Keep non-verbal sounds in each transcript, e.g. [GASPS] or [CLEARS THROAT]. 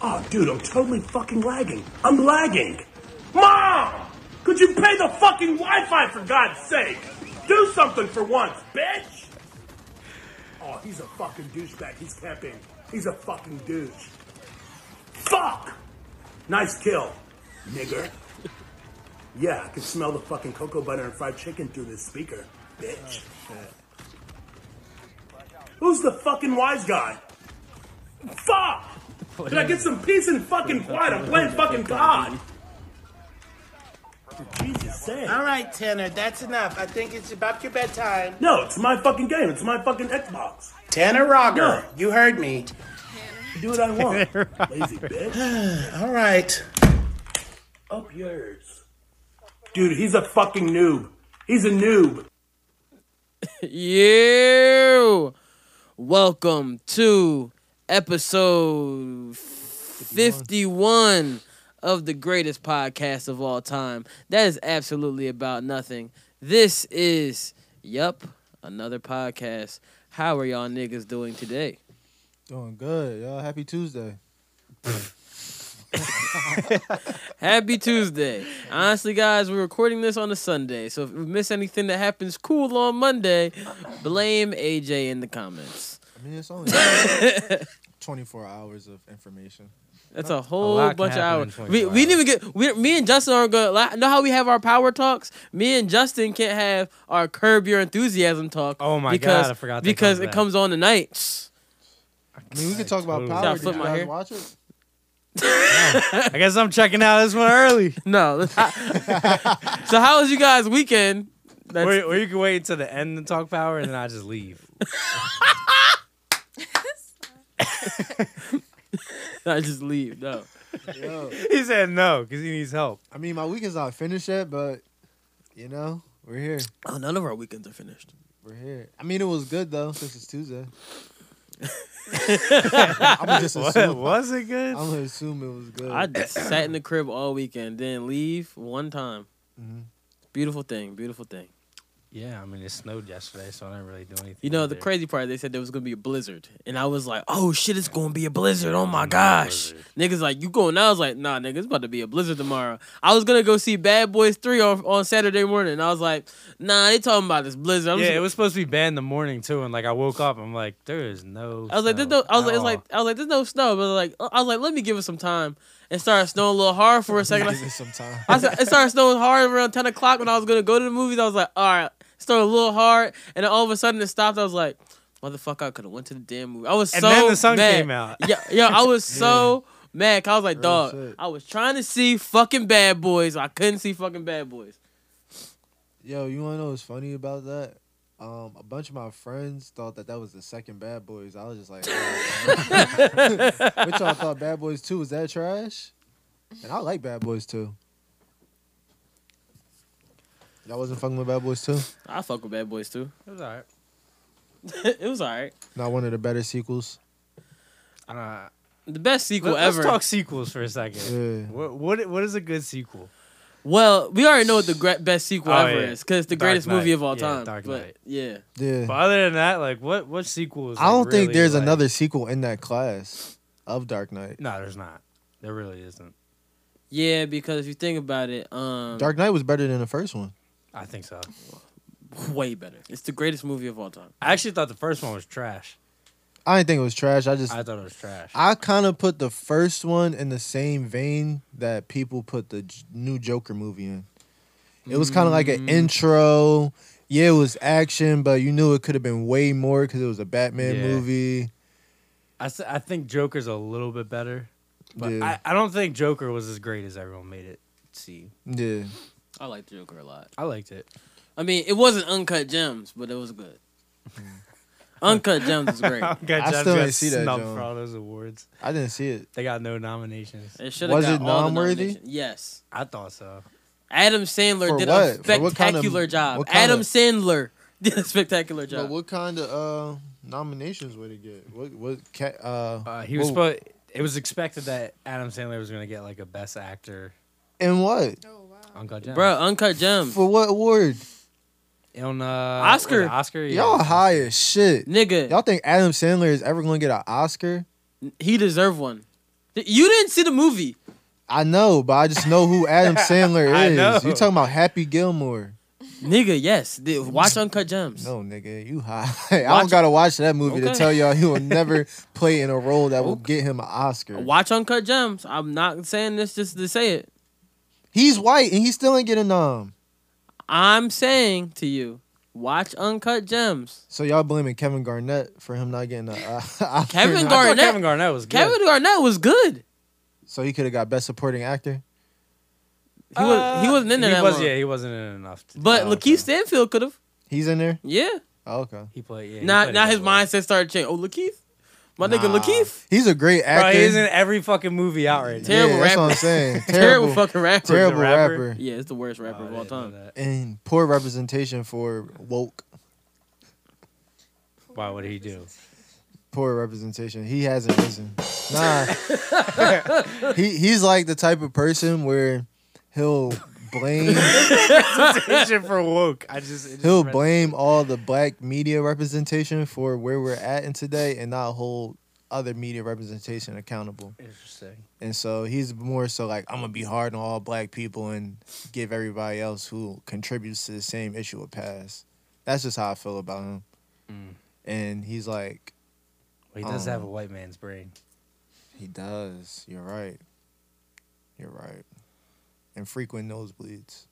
Oh, dude, I'm totally fucking lagging. I'm lagging. Mom! Could you pay the fucking Wi Fi for God's sake? Do something for once, bitch! Oh, he's a fucking douchebag. He's camping. He's a fucking douche. Fuck! Nice kill, nigger. Yeah, I can smell the fucking cocoa butter and fried chicken through this speaker, bitch. Who's the fucking wise guy? Fuck! Can I get some peace and fucking quiet? I'm playing fucking God. Jesus sake. All right, Tanner, that's enough. I think it's about your bedtime. No, it's my fucking game. It's my fucking Xbox. Tanner Roger, No. you heard me. Do what I want. Lazy bitch. All right. Up yours. Dude, he's a fucking noob. He's a noob. You welcome to episode 51 of the greatest podcast of all time. That is absolutely about nothing. This is, yup, another podcast. How are y'all niggas doing today? Doing good, y'all. Happy Tuesday. Happy Tuesday. Honestly, guys, we're recording this on a Sunday, so if we miss anything that happens cool on Monday, blame AJ in the comments. I mean, [LAUGHS] it's only 24 hours of information. That's a whole lot can bunch of happen in hours. We, 24 we didn't even get. We, me and Justin aren't gonna. li- Know how we have our power talks? Me and Justin can't have our curb your enthusiasm talk. Oh my God, I forgot that because comes it back. comes on tonight. [LAUGHS] I mean, we could talk about Totally. power. Should I Did flip you my guys hair? watch it? I guess I'm checking out this one [LAUGHS] early. No. [LAUGHS] let's- so how was you guys' weekend? That's, Or, or you can wait until the end and talk power, and then I just leave. I just leave. No. Yo. [LAUGHS] he said no because he needs help. I mean, my weekend's not finished yet, but you know, we're here. Oh, none of our weekends are finished. We're here. I mean, it was good though, since it's [LAUGHS] Tuesday. I'm just What, assume. [LAUGHS] was it good? I'm gonna assume it was good. I just sat in the crib all weekend, didn't leave one time. Mm-hmm. Mhm. Beautiful thing. Beautiful thing. yeah, I mean it snowed yesterday, so I didn't really do anything. You know, the crazy part, they said there was gonna be a blizzard. And I was like, oh shit, it's gonna be a blizzard. Oh my gosh. Niggas like, you going now? I was like, nah, nigga, it's about to be a blizzard tomorrow. I was gonna go see Bad Boys 3 on, on Saturday morning. And I was like, nah, they talking about this blizzard. I'm yeah, just- it was supposed to be bad in the morning too, and like I woke up, I'm like, there is no. I was like, snow there's no, I was at like, it's like, all. I was like, there's no snow, but like, uh, I was like, let me give it some time and start snowing a little hard for a [LAUGHS] second. [LAUGHS] Give it some time. I sa- it started snowing hard around ten o'clock when I was gonna go to the movies. I was like, all right, snowed a little hard, and then all of a sudden it stopped. I was like, motherfucker, I could have went to the damn movie. I was and so then the sun mad. came out. Yeah, yeah, I [LAUGHS] was so mad. 'cause I was like, Real dog, shit. I was trying to see fucking Bad Boys. I couldn't see fucking Bad Boys. Yo, you wanna know what's funny about that? Um, a bunch of my friends thought that that was the second Bad Boys. I was just like, [LAUGHS] which y'all thought Bad Boys Two was that trash? And I like Bad Boys Two. Y'all wasn't fucking with Bad Boys Two. I fuck with Bad Boys too. [LAUGHS] It was all right. it was all right. Not one of the better sequels. I don't know. The best sequel Let, ever. Let's talk sequels for a second. Yeah. What, what what is a good sequel? Well, we already know what the gre- best sequel Oh, ever yeah. is because it's the Dark greatest Knight. movie of all Yeah, time. Dark but Knight. yeah, Yeah, But other than that, like what what sequels? I don't like, think really, there's like- another sequel in that class of Dark Knight. No, there's not. There really isn't. yeah, because if you think about it, um, Dark Knight was better than the first one. I think so. way better. It's the greatest movie of all time. I actually thought the first one was trash. I didn't think it was trash. I just I thought it was trash. I kind of put the first one in the same vein that people put the J- new Joker movie in. It was kind of like Mm. an intro. Yeah, it was action, but you knew it could have been way more because it was a Batman Yeah. movie. I, s- I think Joker's a little bit better, but Yeah. I, I don't think Joker was as great as everyone made it seem. Yeah, I like the Joker a lot. I liked it. I mean, it wasn't uncut gems, but it was [LAUGHS] good. uncut gems is [LAUGHS] great. I still didn't see that, John. for all those awards. I didn't see it. They got no nominations. It should have Was got it all the nom-worthy? nominations. Yes, I thought so. Adam Sandler For did a what? For what kind of- spectacular job. what kind Adam of- Sandler [LAUGHS] did a spectacular job. what kind of uh, nominations would it get? What what cat? Uh, Uh, he was Whoa. supposed. It was expected that Adam Sandler was going to get like a Best Actor. and what Oh wow. Uncle Jim. Bro, uncut um, gems, for what award? on uh, Oscar. was it Oscar. Yeah. Y'all high as shit. nigga. Y'all think Adam Sandler is ever going to get an Oscar? He deserved one. You didn't see the movie. I know, but I just know [LAUGHS] who Adam I Sandler know. is. You talking about Happy Gilmore? Nigga, yes. The- Watch Uncut Gems. No, nigga, you high. [LAUGHS] I Watch- don't gotta watch that movie to Okay. tell y'all he [LAUGHS] will never play in a role that will get him an Oscar. Watch Uncut Gems. I'm not saying this just to say it. He's white and he still ain't getting um, nom. I'm saying to you, watch Uncut Gems. So y'all blaming Kevin Garnett for him not getting a [LAUGHS] uh, Oscar Kevin nom- I thought Garnett- Kevin Garnett was good. Kevin Garnett was good. So he could have got Best Supporting Actor. He was he wasn't in there he that was, long. Yeah, he wasn't in it enough. To, But Oh, Lakeith okay. Stanfield could have. He's in there. Yeah. Oh, okay. he played. Yeah, he now played now it his that well. mindset started changing. Oh, Lakeith? My Nah. nigga Lakeith? [LAUGHS] He's a great actor. Bro, he's in every fucking movie out right Ter- now. Terrible yeah, that's what rapper. I'm [LAUGHS] saying. Terrible, Terrible, terrible, fucking rapper. rapper. rapper. Yeah, it's the worst Oh, I rapper of all didn't know time. that. and poor representation for woke. Why would he do? Poor representation. He hasn't risen. Nah, [LAUGHS] he he's like the type of person where he'll blame Attention for woke. I just it just he'll read- blame all the black media representation for where we're at in today, and not hold other media representation accountable. Interesting. And so he's more so like I'm gonna be hard on all black people and give everybody else who contributes to the same issue a pass. That's just how I feel about him. Mm. And he's like, Well, he does have a Um, white man's brain. He does. You're right. You're right. And frequent nosebleeds.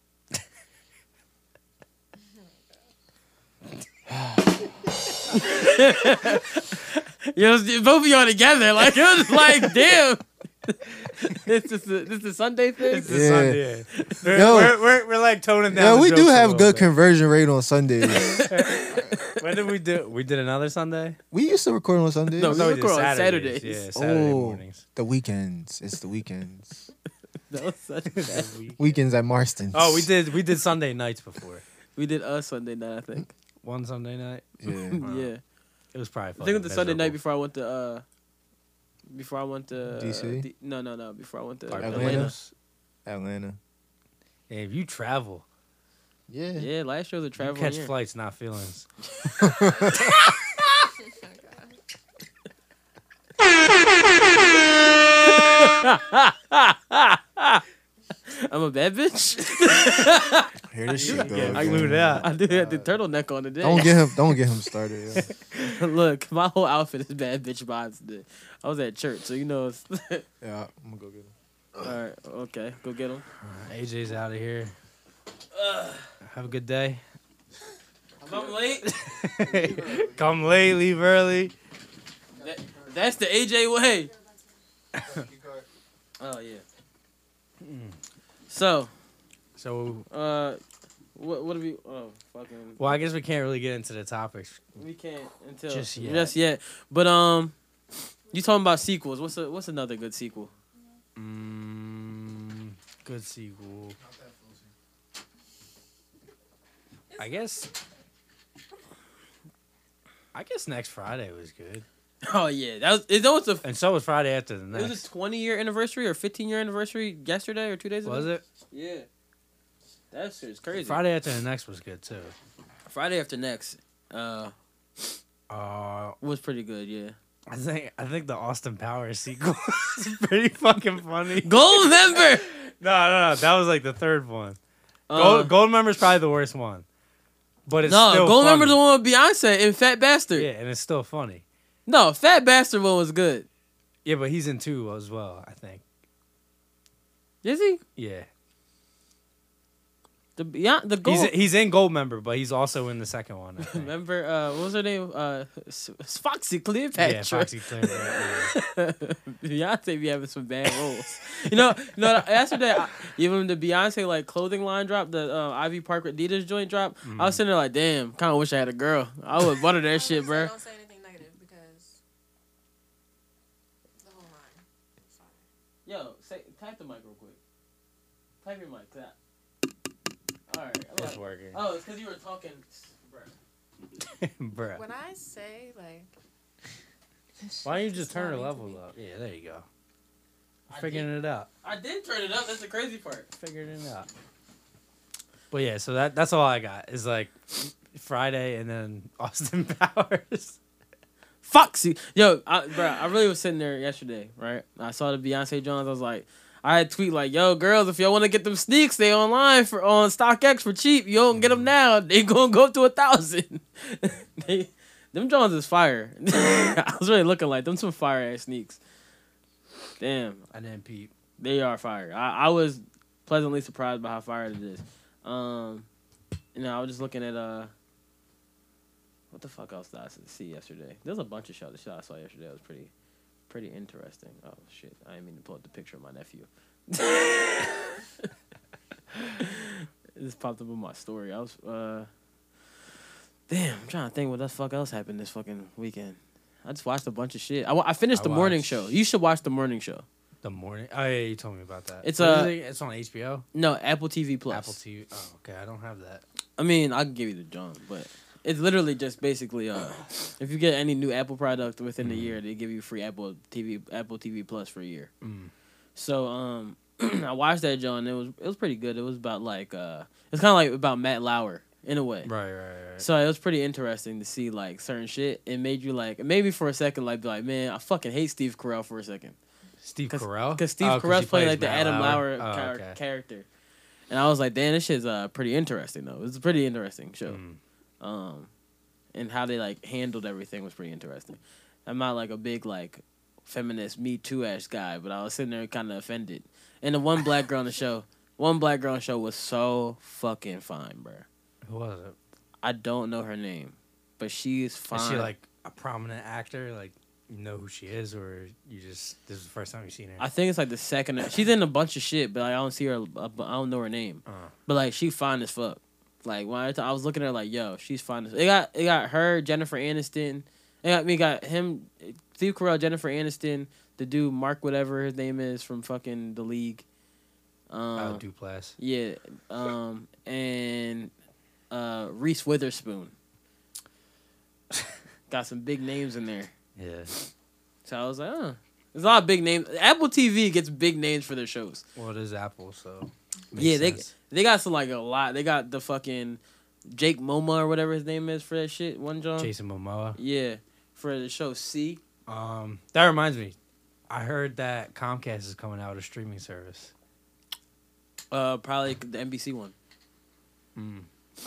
Yo, it's- both of y'all together. Like it was [LAUGHS] like, damn. [LAUGHS] this is a, this is Sunday thing. It's Yeah. the Sunday. We're, Yo. we're, we're, we're like toning down. Yeah, the we do jokes a have little good bit. conversion rate on Sundays. [LAUGHS] when did we do? We did another Sunday. we used to record on Sundays. No, Oh, We did record on Saturdays. Saturdays. Yeah, Saturday Oh. mornings. The weekends. It's the weekends. [LAUGHS] That was Sunday. weekends at Marston's. Oh, we did. We did Sunday nights before. We did us Sunday night, I think. One Sunday night. Yeah. Wow. yeah, It was probably. I think it was the Sunday night miserable. before I went to uh, before I went to uh, DC? D- no, no, no. Before I went to Park Atlanta. Atlanta? Atlanta. Yeah, if you travel, Yeah. Yeah, last year was a you travel catch year. flights, not feelings. I'm a bad [LAUGHS] bitch. Here this shit go. I again. glued out. I do have the turtleneck on today. [LAUGHS] Don't get him. Don't get him started. [LAUGHS] yo. Look, my whole outfit is bad bitch vibes. Today. I was at church, so you know. It's [LAUGHS] Yeah, I'm gonna go get him. all right. Okay, go get them. AJ's out of here. Have a good [LAUGHS] day. If I'm late, Come late, leave early. [LAUGHS] that's the AJ [LAUGHS] way. Oh yeah. So, So, uh, what what do we? Oh, fucking, well, I guess we can't really get into the topics. we can't until Just yet. Just yet. But um, you talking about sequels? What's a, what's another good sequel? [LAUGHS] Mm, good sequel. I guess. I guess next Friday was good, Oh yeah, that was it. Was a and so was Friday after the it was a next. twenty year anniversary or fifteen year anniversary yesterday or two days ago. Was it? Yeah. That shit's crazy. Friday. Friday after the next was good too. Friday after next, uh, Uh, was pretty good. Yeah. I think I think the Austin Powers sequel [LAUGHS] is pretty fucking funny. Gold [LAUGHS] member. [LAUGHS] No, no, no, that was like the third one. Uh, Gold, Gold member's probably the worst one, but it's no, still gold funny. member the one with Beyonce and Fat Bastard. Yeah, and it's still funny. No, Fat Bastard one was good. Yeah, but he's in two as well. I think. Is he? Yeah, The Beyond the gold. he's he's in Gold member, but he's also in the second one. [LAUGHS] I think. Remember, uh, what was her name? Uh, S- S- Foxy Cleopatra. yeah, Foxy Claire. yeah. [LAUGHS] Beyonce be having some bad roles. you know, you know. Yesterday, I, even the Beyonce like clothing line drop, the uh, Ivy Park Adidas joint drop. I was sitting there like, damn, kind of wish I had a girl. I would butter that shit, bro. Don't say anything negative because the whole line. It's fine. Yo, say tap the mic real quick. Tap your mic. Tap. All right. I'm It's like- working, oh, it's because you were talking, bro. [LAUGHS] bruh. When I say like, Why don't you just turn her lying to level me. up? Yeah, there you go. I Figuring it out. I did turn it up. That's the crazy part. Figured it out. But yeah, so that [LAUGHS] that's all I got is like Friday and then Austin Powers. Foxy. Yo, I, bro, I really was sitting there yesterday, right? I saw the Beyonce Johns. I was like, I had tweet like, "Yo, girls, if y'all want to get them sneaks, they online for on StockX for cheap. You don't get them now, they gonna go up to a thousand. [LAUGHS] they, them Johns is fire. [LAUGHS] I was really looking like them some fire ass sneaks. Damn, I didn't peep. they are fire. I, I was pleasantly surprised by how fire it is. Um, you know, I was just looking at uh, what the fuck else did I see yesterday? There's a bunch of shots. The shot I saw yesterday was pretty, pretty interesting. Oh shit! I didn't mean to pull up the picture of my nephew. [LAUGHS] this popped up in my story. I was uh, damn. I'm trying to think what the fuck else happened this fucking weekend. I just watched a bunch of shit. I, wa- I finished I the morning watched- show. You should watch the morning show. The morning. Oh yeah, you told me about that. It's, What is uh, it? It's on HBO. No, Apple TV Plus. Apple TV. Oh, okay. I don't have that. I mean, I can give you the John, but it's literally just basically uh, if you get any new Apple product within the year, they give you free Apple TV, Apple TV Plus for a year. Mm. So um, [CLEARS THROAT] I watched that John. It was it was pretty good. It was about like uh, it's kind of like about Matt Lauer in a way. Right, right, right. So it was pretty interesting to see like certain shit. It made you like maybe for a second like be like man, I fucking hate Steve Carell for a second Steve Cause- Carell. because Steve Oh, 'cause Carell's he playing plays like the Matt Adam Lauer, Oh, char- okay. character, and I was like, damn, this shit's uh pretty interesting though. It's a pretty interesting show, Mm. um, and how they like handled everything was pretty interesting. I'm not like a big like feminist Me Too ass guy, but I was sitting there kind of offended. And the one black girl on the show, one black girl on the show was so fucking fine, bro. Who was it? I don't know her name, but she is fine. Is she like a prominent actor? Like you know who she is, or you just this is the first time you've seen her? I think it's like the second. She's in a bunch of shit, but like, I don't see her. uh, I don't know her name. Uh. But like, she fine as fuck. Like when I, t- I was looking at her, like, yo, she's fine as. It got it got her Jennifer Aniston. It got me got him, Steve Carell, Jennifer Aniston, the dude Mark whatever his name is from fucking the league. Um, oh, Duplass. yeah, um, and uh, Reese Witherspoon. got some big names in there. Yeah. So I was like, oh. There's a lot of big names. Apple TV gets big names for their shows. Well, it is Apple, so makes yeah, sense. they they got some like a lot. They got the fucking Jake Moma or whatever his name is for that shit. One John. Jason Momoa. Yeah, for the show C. Um, that reminds me. I heard that Comcast is coming out with a streaming service. Uh, probably the NBC one. Hmm.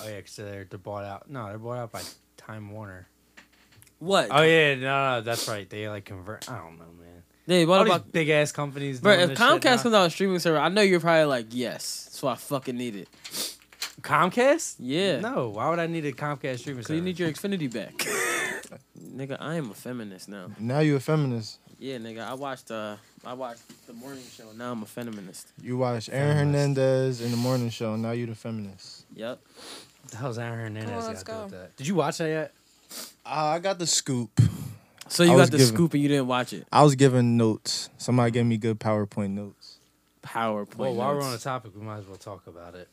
Oh yeah, because they're, they're bought out. No, they're bought out by Time Warner. What? Oh yeah, no, no, that's right. They like convert. I don't know, man. They what All about? these big ass companies. Bro, if doing Oh, this shit now. Comcast comes out with a streaming service, I know you're probably like, yes, that's what I fucking need it. Comcast? Yeah. No, why would I need a Comcast streaming Cause service? you need your Xfinity back. [LAUGHS] nigga, I am a feminist now. Now you a feminist. Yeah, nigga, I watched uh, I watched the morning show. Now I'm a feminist. You watch Aaron Feminist. Hernandez in the morning show. Now you the feminist. Yep. What the hell's Aaron Hernandez Come on, got let's to do with go. that? Did you watch that yet? Ah, Uh, I got the scoop. So I you was got the given- scoop and you didn't watch it. I was giving notes. Somebody gave me good PowerPoint notes. PowerPoint. Well, while we're notes. on the topic, we might as well talk about [LAUGHS] it.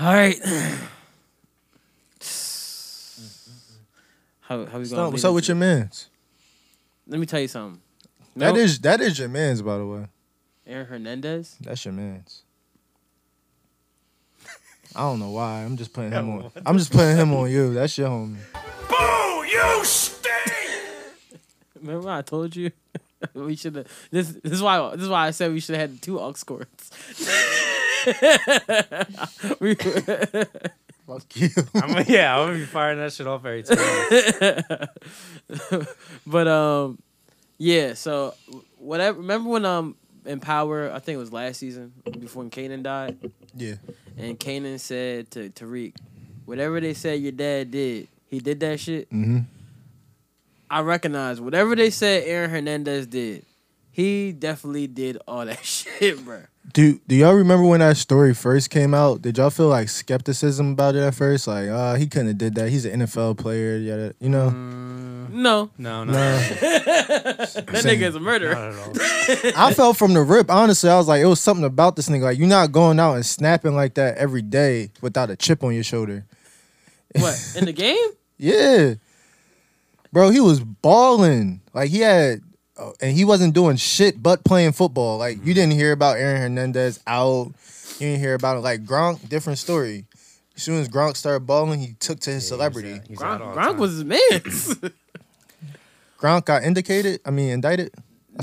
All right. [SIGHS] How, how we So, going? what's up with your man's? Let me tell you something. That Nope. is that is your man's, by the way. Aaron Hernandez. That's your man's. I don't know why. I'm just putting him on. I'm just putting him on you. That's your homie. Boo! You stink! Remember I told you [LAUGHS] we should have. This this is why this is why I said we should have had two aux cords. [LAUGHS] we, Fuck you. I'm, yeah, I'm gonna be firing that shit off every [LAUGHS] time. but um, yeah. So whatever. Remember when um in Power? I think it was last season before when Kanan died. [LAUGHS] Yeah. and Kanan said to Tariq, whatever they said your dad did, he did that shit. Mm-hmm. I recognize whatever they said Aaron Hernandez did, he definitely did all that [LAUGHS] shit, bro. Do Do y'all remember when that story first came out? Did y'all feel like skepticism about it at first? Like, uh, he couldn't have did that. He's an NFL player. Yada. You know. No, no, Nah. no, that nigga is a murderer. not at all. I felt from the rip. Honestly, I was like, it was something about this nigga. Like, you're not going out and snapping like that every day without a chip on your shoulder. What in the game? Yeah, bro, he was balling. Like he had, oh, and he wasn't doing shit but playing football. Like you didn't hear about Aaron Hernandez out. You didn't hear about it. Like Gronk, different story. As soon as Gronk started balling, he took to his Yeah, celebrity. He's Gronk, out, he's out all the Gronk time. was his man. Gronk got indicated. I mean, indicted. I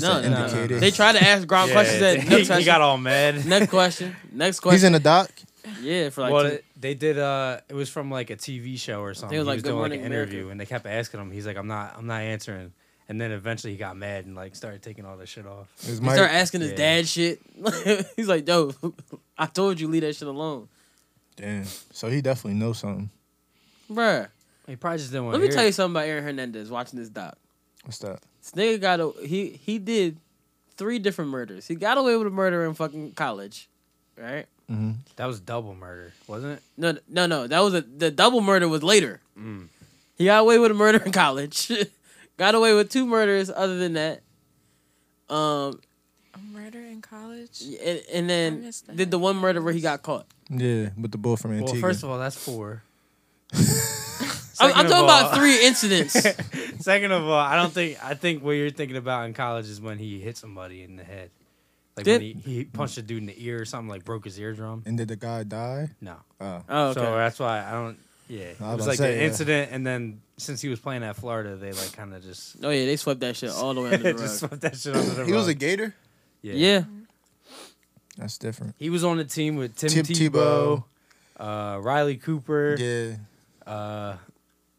[LAUGHS] No, no, said no, no. indicated. They tried to ask Gronk questions. [LAUGHS] That, he, next, he question, got [LAUGHS] all mad. next question. Next question. He's in the dock. yeah, for like well, two- it- they did. Uh, it was from like a TV show or something. was, like, he was Good doing like an Morning interview, America. and they kept asking him. He's like, "I'm not, I'm not answering." And then eventually he got mad and like started taking all that shit off. It was he Mike. started asking his Yeah. dad shit. [LAUGHS] He's like, "Yo, [LAUGHS] I told you leave that shit alone, Damn. So he definitely knows something. bruh." He probably just didn't want. Let me tell you something about Aaron Hernandez. Watching this doc, What's that? this nigga got a, he he did three different murders. He got away with a murder in fucking college, right? That was double murder, wasn't it? No, no, no. That was a the double murder was later. Mm. He got away with a murder in college. [LAUGHS] got away with two murders other than that. Um, A murder in college? and, and then missed that. did the one murder where he got caught. Yeah, with the bull from Well, Antigua. first of all, that's [LAUGHS] four. I'm, I'm Second of talking about all- three [LAUGHS] incidents. Second of all, I don't think I think what you're thinking about in college is when he hit somebody in the head, like when he, Did- he punched a dude in the ear or something, like broke his eardrum. and did the guy die? No, Oh. Oh, okay. so uh, that's why I don't. Yeah, it I was was about like to say, the yeah. incident, and then since he was playing at Florida, they like kind of just oh yeah, they swept that shit all the way under the [LAUGHS] just rug. swept that shit under the He was a rug. gator. yeah. Yeah, That's different. He was on the team with Tim, Tim Tebow, Uh, Riley Cooper, Yeah. uh,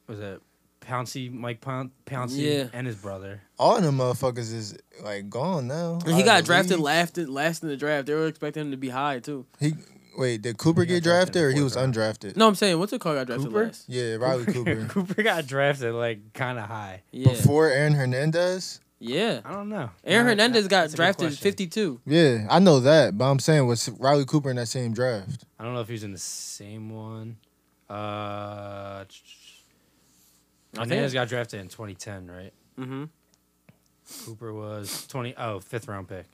was it Pouncy Mike Poun- Pouncy, Yeah. and his brother. All of them motherfuckers is like gone now. and Out he of got the drafted league. last last in the draft. They were expecting him to be high too. He wait, did Cooper He got get drafted drafted in or the he was fourth undrafted? No, I'm saying what's it called? Got drafted Cooper? last. Yeah, [LAUGHS] Riley Cooper. [LAUGHS] Cooper got drafted like kind of high. Yeah, Before Aaron Hernandez. yeah. I don't know. Aaron Nah, Hernandez that- got that's a good drafted question. 52. Yeah, I know that, but I'm saying was Riley Cooper in that same draft? I don't know if he was in the same one. Uh, Hernandez got drafted in 2010, right? Mm-hmm. Cooper was 20. Oh, fifth round pick.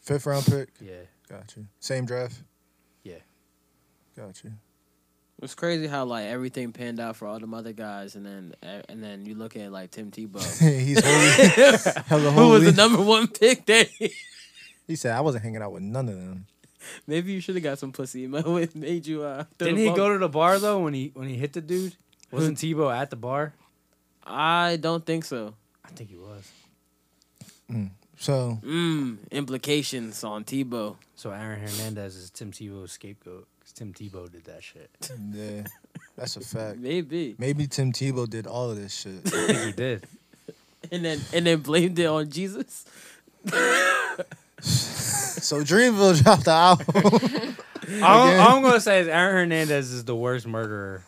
Fifth round pick. Yeah. Got you. Same draft. Yeah. Got you. [LAUGHS] It's crazy how like everything panned out for all them other guys, and then e, and then you look at like Tim Tebow, He's holy. [LAUGHS] [LAUGHS] Hella who was holy. the number one pick. That [LAUGHS] he said I wasn't hanging out with none of them. maybe you should have got some pussy. [LAUGHS] It would've made you. Uh, throw Didn't the he ball. go to the bar though when he when he hit the dude? Wasn't Tebow at the bar? I don't think so. I think he was. [LAUGHS] So Mm, implications on Tebow. So Aaron Hernandez is Tim Tebow's scapegoat 'cause Tim Tebow did that shit. yeah, that's a fact. Maybe, Maybe Tim Tebow did all of this [LAUGHS] shit. [LAUGHS] I think he did. and then and then blamed it on Jesus. So Dreamville dropped the album. All, Again. all I'm gonna say is Aaron Hernandez is the worst murderer.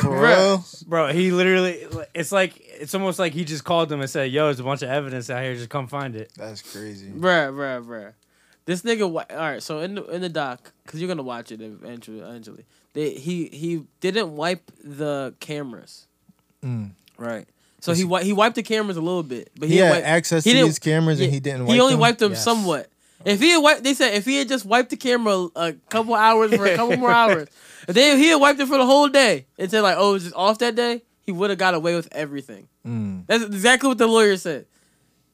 For real? Bro, he literally. It's like it's almost like he just called them and said, "Yo, there's a bunch of evidence out here. Just come find it." That's crazy. Bruh, bruh, bruh. This nigga, wa- all right. So in the, in the doc, cause you're gonna watch it eventually. eventually they, he he didn't wipe the cameras, Mm. right? So he wi- he wiped the cameras a little bit, but He, he, didn't had wipe- access he to didn't- these cameras and yeah, he didn't. He wipe only them? wiped them Yes. somewhat. If he had wiped, they said if he had just wiped the camera a couple hours for a couple [LAUGHS] more hours, if they, he had wiped it for the whole day and said like, oh, it was just off that day, he would have got away with everything. Mm. That's exactly what the lawyer said.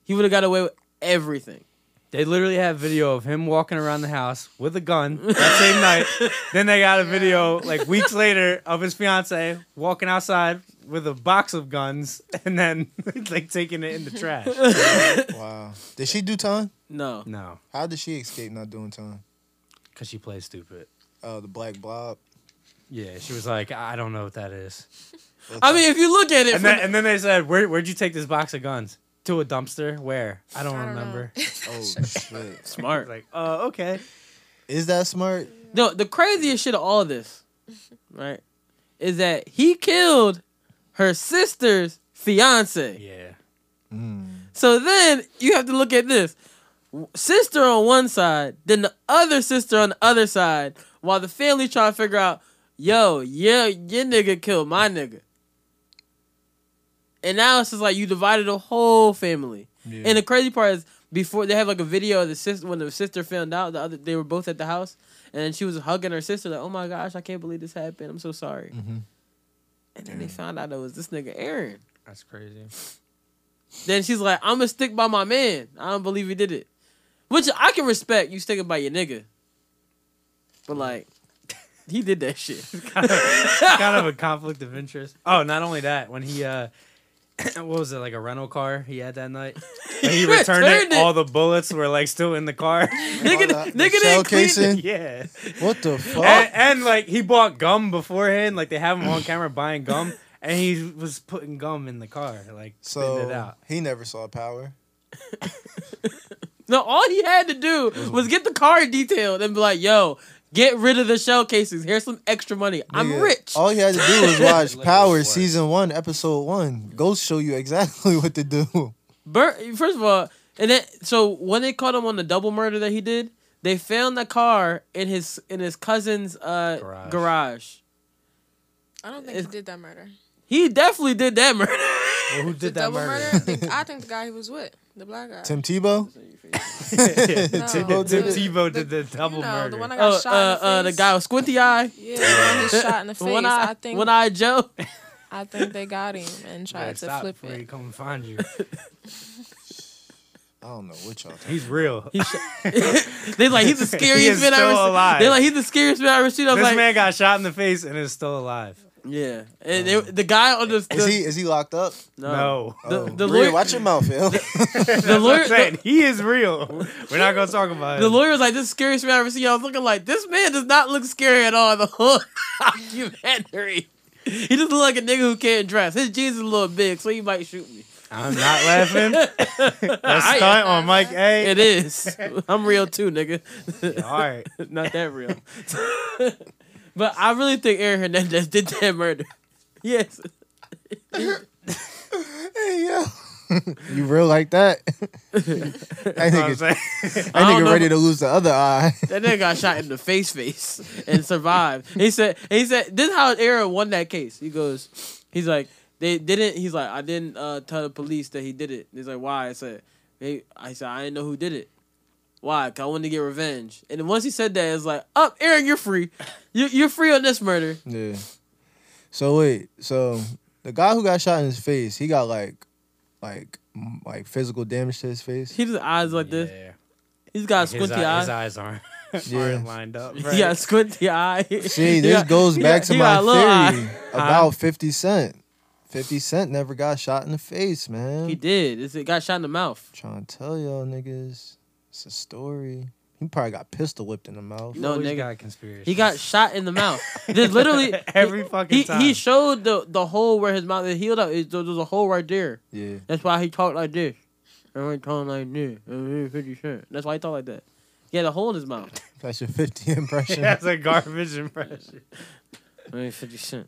He would have got away with everything. They literally have video of him walking around the house with a gun that same [LAUGHS] night. Then they got a video like weeks later of his fiance walking outside with a box of guns and then [LAUGHS] like taking it in the [LAUGHS] trash. Wow. Did she do time? No. No, How did she escape not doing time? because she plays stupid. Oh, the black blob. Yeah, she was like, I don't know what that is. I mean, if you look at it, And from- then, and then they said, Where, Where'd you take this box of guns? To a dumpster? Where? I don't, I don't [LAUGHS] remember. [LAUGHS] Oh [LAUGHS] shit. smart. Like, oh, okay. Is that smart? No, the craziest shit of all this, right, is that he killed her sister's fiance. Yeah. So then you have to look at this W- sister on one side, then the other sister on the other side, while the family trying to figure out, yo, yeah, your nigga killed my nigga. And now it's just like you divided the whole family. Yeah. And the crazy part is before they have like a video of the sister when the sister found out the other they were both at the house and then she was hugging her sister like oh my gosh I can't believe this happened I'm so sorry Mhm. and then they found out it was this nigga Aaron That's crazy. then she's like, I'm gonna stick by my man. I don't believe he did it. Which I can respect you sticking by your nigga. But like, [LAUGHS] he did that shit. [LAUGHS] kind of a conflict of interest. Oh, not only that, when he uh [CLEARS THROAT] what was it like a rental car he had that night? When [LAUGHS] he returned it, Returned it. All the bullets were like still in the car. [LAUGHS] Nigga, All that- the nigga shell didn't clean casing. yeah. What the fuck? And, and like he bought gum beforehand. Like they have him on camera buying gum, and he was putting gum in the car. Like spitting it so out. he never saw power. No, all he had to do Mm-hmm. was get the car detailed and be like, "Yo, get rid of the shell casings. Here's some extra money. I'm Nigga, rich." All you had to [LAUGHS] do was watch Like, Power what? season one, episode one. Ghost show you exactly [LAUGHS] what to do. Bur- first of all, and then so when they caught him on the double murder that he did, they found the car in his in his cousin's uh, Garage. garage. I don't think he It's- did that murder. He definitely did that murder. Well, who The did that double murder? murder? [LAUGHS] I think, I think the guy he was with, the black guy. Tim Tebow. Yeah, Tim- No. Tim The- Tebow did the you double know, murder. The one I [LAUGHS] got oh, uh, shot in the uh, the face. guy with squinty eye, Yeah, the one who shot in [LAUGHS] the face. one eye, I think one eye Joe. I think they got him and Man, tried to stop flip before [LAUGHS] he it. come find you. I don't know what y'all. Talking. He's [LAUGHS] real. They like [LAUGHS] he's the He scariest is man I still ever. seen. alive. They like he's the scariest man I ever seen. I was this like, man got shot in the face and is still alive. yeah, and they, the guy on the, Is the- he is he locked up? Oh. No, The- Oh. the Maria, lawyer- watch your [LAUGHS] mouth, Phil. the That's what lawyer, I'm the, saying. he is real. [LAUGHS] We're not gonna talk about the it. lawyer was like, "This is the scariest man I ever seen." I was looking like, "This man does not look scary at all." [LAUGHS] in The whole documentary, he just look like a nigga who can't dress. His jeans is a little big, so he might shoot me. I'm not [LAUGHS] laughing. That's I- stunt on Mike A. It [LAUGHS] is. I'm real too, nigga. All [LAUGHS] right. not that real. [LAUGHS] but I really think Aaron Hernandez did that murder. [LAUGHS] Yes. [LAUGHS] hey yo, [LAUGHS] you real like that? [LAUGHS] [LAUGHS] that That's nigga, [LAUGHS] what I'm saying. that I don't nigga know. ready to lose the other eye. That nigga got shot in the face face and survived. He said he said this is how Aaron won that case. He goes, he's like, they didn't he's like, I didn't uh, tell the police that he did it. He's like, why? I said, they I said, I didn't know who did it. Why? Cause I wanted to get revenge. And then once he said that, it's like, up, Aaron, you're free. You you're free on this murder. Yeah. So wait, so the guy who got shot in his face, he got like, like, m- like physical damage to his face. He just eyes like this. Yeah. He's got a His, squinty eye- eye. his eyes aren't, [LAUGHS] Yeah. aren't lined [LAUGHS] [LAUGHS] up. He got a Right? squinty eye. See, [LAUGHS] He this got- goes he back got- to he got a little my eye. theory about Fifty Cent. Fifty Cent never got shot in the face, man. He did. It's, it got shot in the mouth. Trying to tell y'all niggas, it's a story. He probably got pistol whipped in the mouth. You No, always nigga. got conspiracy. He [LAUGHS] got shot in the mouth. There's literally Every he, fucking he, time. He showed the the hole where his mouth is healed up. It, there was a hole right there. Yeah. That's why he talked like this. And he talking like this. And he Fifty Cent. That's why he talked like that. He had a hole in his [LAUGHS] mouth. That's your 50 [LAUGHS] impression. That's a garbage impression. I mean, Fifty [LAUGHS] Cent.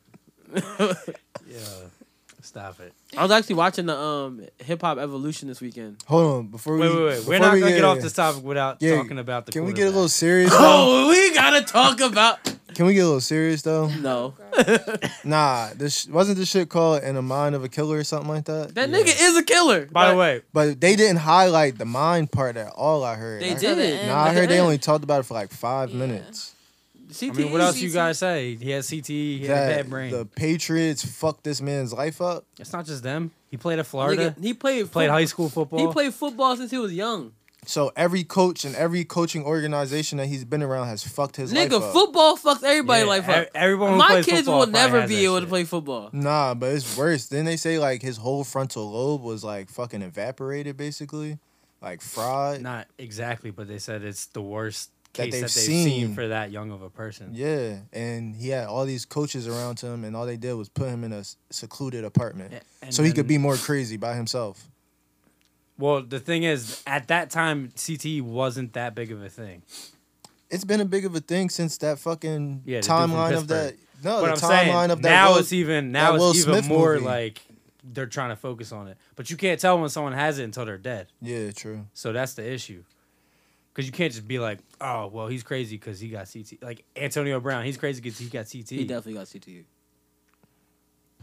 Yeah. Stop it. I was actually watching the um hip hop evolution this weekend. Hold on, before Wait, wait, we wait. before We're not we- gonna get yeah, off yeah. this topic without Yeah, talking about the. Can we get a little quarterback. serious? though? Oh, we gotta talk about Can we get a little serious though? no. Nah, this wasn't this shit called "In the Mind of a Killer" or something like that. That nigga is a killer. By the But- way, But they didn't highlight the mind part at all. I heard. they I- did it. Nah, I They heard they did. only talked about it for like five Yeah. minutes. I CTE. mean, what else you E, CTE. guys say? He has CTE. He had a bad brain. the Patriots fucked this man's life up. It's not just them. He played at Florida. Nigga, he played played football. high school football. He played football since he was young. So every coach and every coaching organization that he's been around has fucked his life Nigga, up. football fucks everybody Yeah, like ev- up. everyone who My plays kids football will probably never has be that able to shit. play football. Nah, but it's worse. Then they say like his whole frontal lobe was like fucking evaporated, basically, like fried. Not exactly, but they said it's the worst That case that they've they've seen. seen. for that young of a person. Yeah, and he had all these coaches around him, and all they did was put him in a s- secluded apartment, A- and so he could then- be more crazy by himself. Well, the thing is, at that time, CTE wasn't that big of a thing. It's been a big of a thing since that fucking Yeah, the dude from timeline of that. Pittsburgh. No, but Oh, the I'm timeline saying of that. now Will- it's even now that it's Will even Smith more movie. like they're trying to focus on it. But you can't tell when someone has it until they're dead. yeah, true. [LAUGHS] So that's the issue. Because you can't just be like, oh, well, he's crazy because he got CTE. Like Antonio Brown, he's crazy because he got E. CTE. He definitely got E. CTE.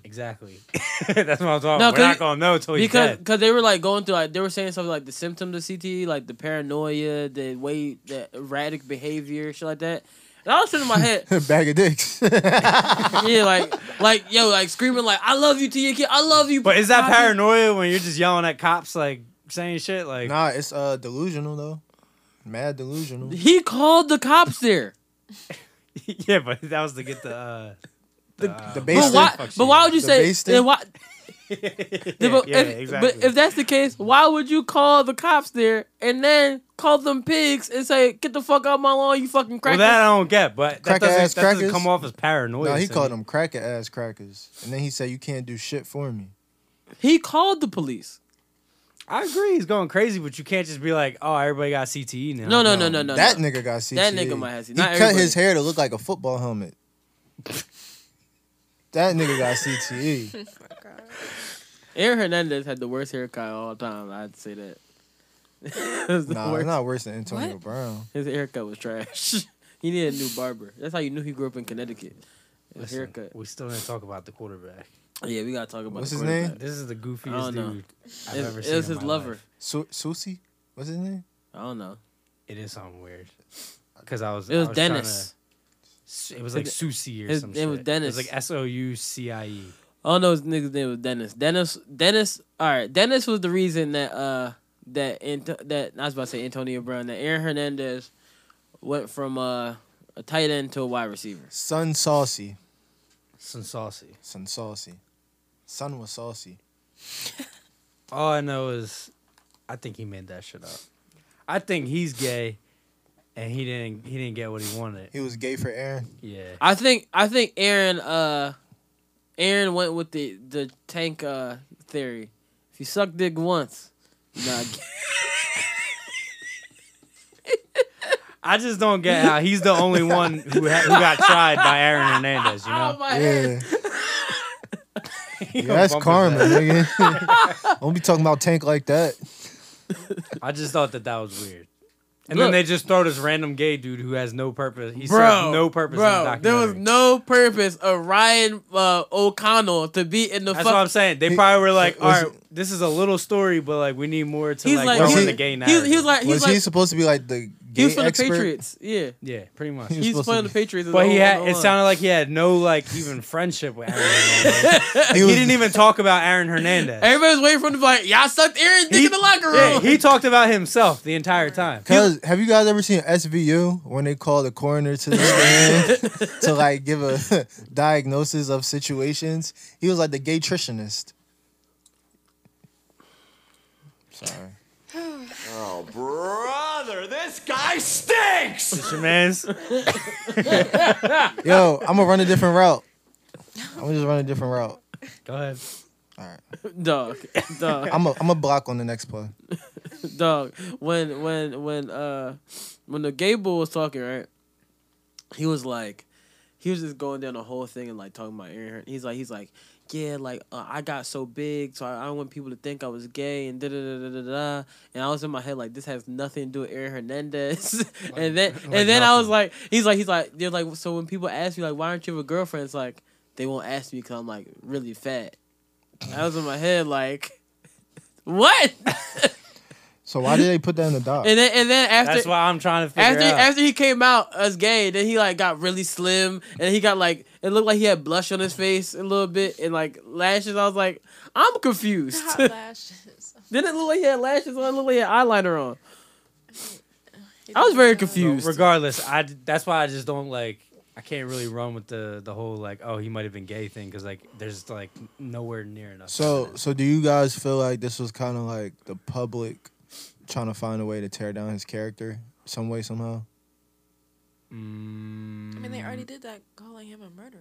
Exactly. [LAUGHS] that's what I'm talking No, about. We're not 'cause- going to know until he's Because dead. cause they were like going through like they were saying something like the symptoms of CTE, like the paranoia, the way the erratic behavior, shit like that. And I was sitting in my [LAUGHS] head, Bag of dicks. [LAUGHS] yeah, like like yo, like screaming like I love you to your kid, I love you. But is that Poppy." paranoia when you're just yelling at cops, like saying shit? Like, nah, it's uh delusional though. Mad delusional. He called the cops there. [LAUGHS] yeah, but that was to get the. Uh, the, uh, The But base. why? fuck But shit. why would you The say? base Then thing? why? The bo- yeah, if- exactly. But if that's the case, why would you call the cops there and then call them pigs and say, "Get the fuck out my lawn, you fucking well, crackers"? that um, I don't get, but that, Cracker ass doesn't, that doesn't crackers? come off as paranoia. No, he to called me. them cracker ass crackers, and then he said, "You can't do shit for me." he called the police. I agree, he's going crazy, but you can't just be like, "Oh, everybody got CTE now." No, no, no, no, no. that no. nigga got CTE. That nigga might have He CTE. Not cut his hair to look like a football helmet. [LAUGHS] that nigga got E. Oh CTE. Aaron Hernandez had the worst haircut of all time. I'd say that. [LAUGHS] It was the Nah, worst. it's not worse than Antonio What? Brown. His haircut was trash. [LAUGHS] he needed a new barber. That's how you knew he grew up in Connecticut. His Listen, haircut. We still didn't talk about the quarterback. Yeah, we gotta talk about. What's the his quarterback. name? This is the I don't goofiest know. dude I've It's- ever It seen. was in his my lover. life. Su- Susie, what's his name? I don't know. It is something weird. Because I was. It was I was trying Dennis. To, it was like His- Susie or his some shit. name was Dennis. It was like S O U C I E. I don't know his nigga's name was Dennis. Dennis. Dennis. All right. Dennis was the reason that uh that Ant- that I was about to say Antonio Brown that Aaron Hernandez went from uh, a tight end to a wide receiver. Sun Saucy. Some saucy. Sun Saucy. Sun was saucy. All I know is, I think he made that shit up. I think he's gay, and he didn't. He didn't get what he wanted. He was gay for [LAUGHS] Aaron. Yeah. I think I think Aaron uh Aaron went with the the tank uh theory. If you suck dick once, you're [LAUGHS] not gay. I just don't get how he's the only one who, ha- who got tried by Aaron Hernandez. You Oh know. my head. [LAUGHS] Yeah. Yeah, that's karma, nigga. [LAUGHS] Don't be talking about Tank like that. I just thought that that was weird. And Look. then they just throw this random gay dude who has no purpose. He Bro, served no purpose. in the Bro, there was documentary. no purpose of Ryan uh, O'Connell to be in the That's fuck- what I'm saying. They He- probably were like, "All was right, this is a little story, but like we need more to He's like, like, go Was in he- the gay he, was- narrative." he was like, he was was like, he supposed to be like the gay he was from expert? the Patriots. Yeah, yeah, pretty much. He was he's supposed from to the be- Patriots. But he Oh, had. oh, It oh. sounded like he had no like even friendship with Aaron. Hernandez. He, he [LAUGHS] was- didn't even talk about Aaron Hernandez. Everybody's waiting for him to be like, y'all sucked Aaron dick in the locker room. Yeah, [LAUGHS] he talked about himself the entire time. Cause have you guys ever seen SVU when they call the coroner to the stand [LAUGHS] to like give a [LAUGHS] diagnosis of situations? He was like the gay tritionist. Sorry. It's your man's. Yo, I'm gonna run a different route. I'm gonna just run a different route. Go ahead. dog, dog. I'm a I'm a block on the next play. dog when when when uh when the gay bull was talking right he was like he was just going down the whole thing and like talking about Aaron Hern- he's like he's like yeah like uh, I got so big so I, I don't want people to think I was gay and da da da da da da and I was in my head like this has nothing to do with Aaron Hernandez [LAUGHS] and then and then I was like he's like he's like they're like so when people ask me like why aren't you have a girlfriend it's like they won't ask me because I'm like really fat I was in my head like [LAUGHS] what So why did they put that in the doc? and then and then after That's why I'm trying to figure after out. after he came out as gay, then he like got really slim and he got like it looked like he had blush on his face a little bit and like lashes. I was like, I'm [LAUGHS] confused. [LAUGHS] Hot lashes. Didn't it look like he had lashes on? It looked like he had eyeliner on. I was very confused. [LAUGHS] Regardless, I d- that's why I just don't like. I can't really run with the the whole like oh he might have been gay thing because like there's like nowhere near enough. [LAUGHS] So [LAUGHS] evidence. so do you guys feel like this was kind of like the public trying to find a way to tear down his character some way somehow? I mean, they already did that, calling him a murderer.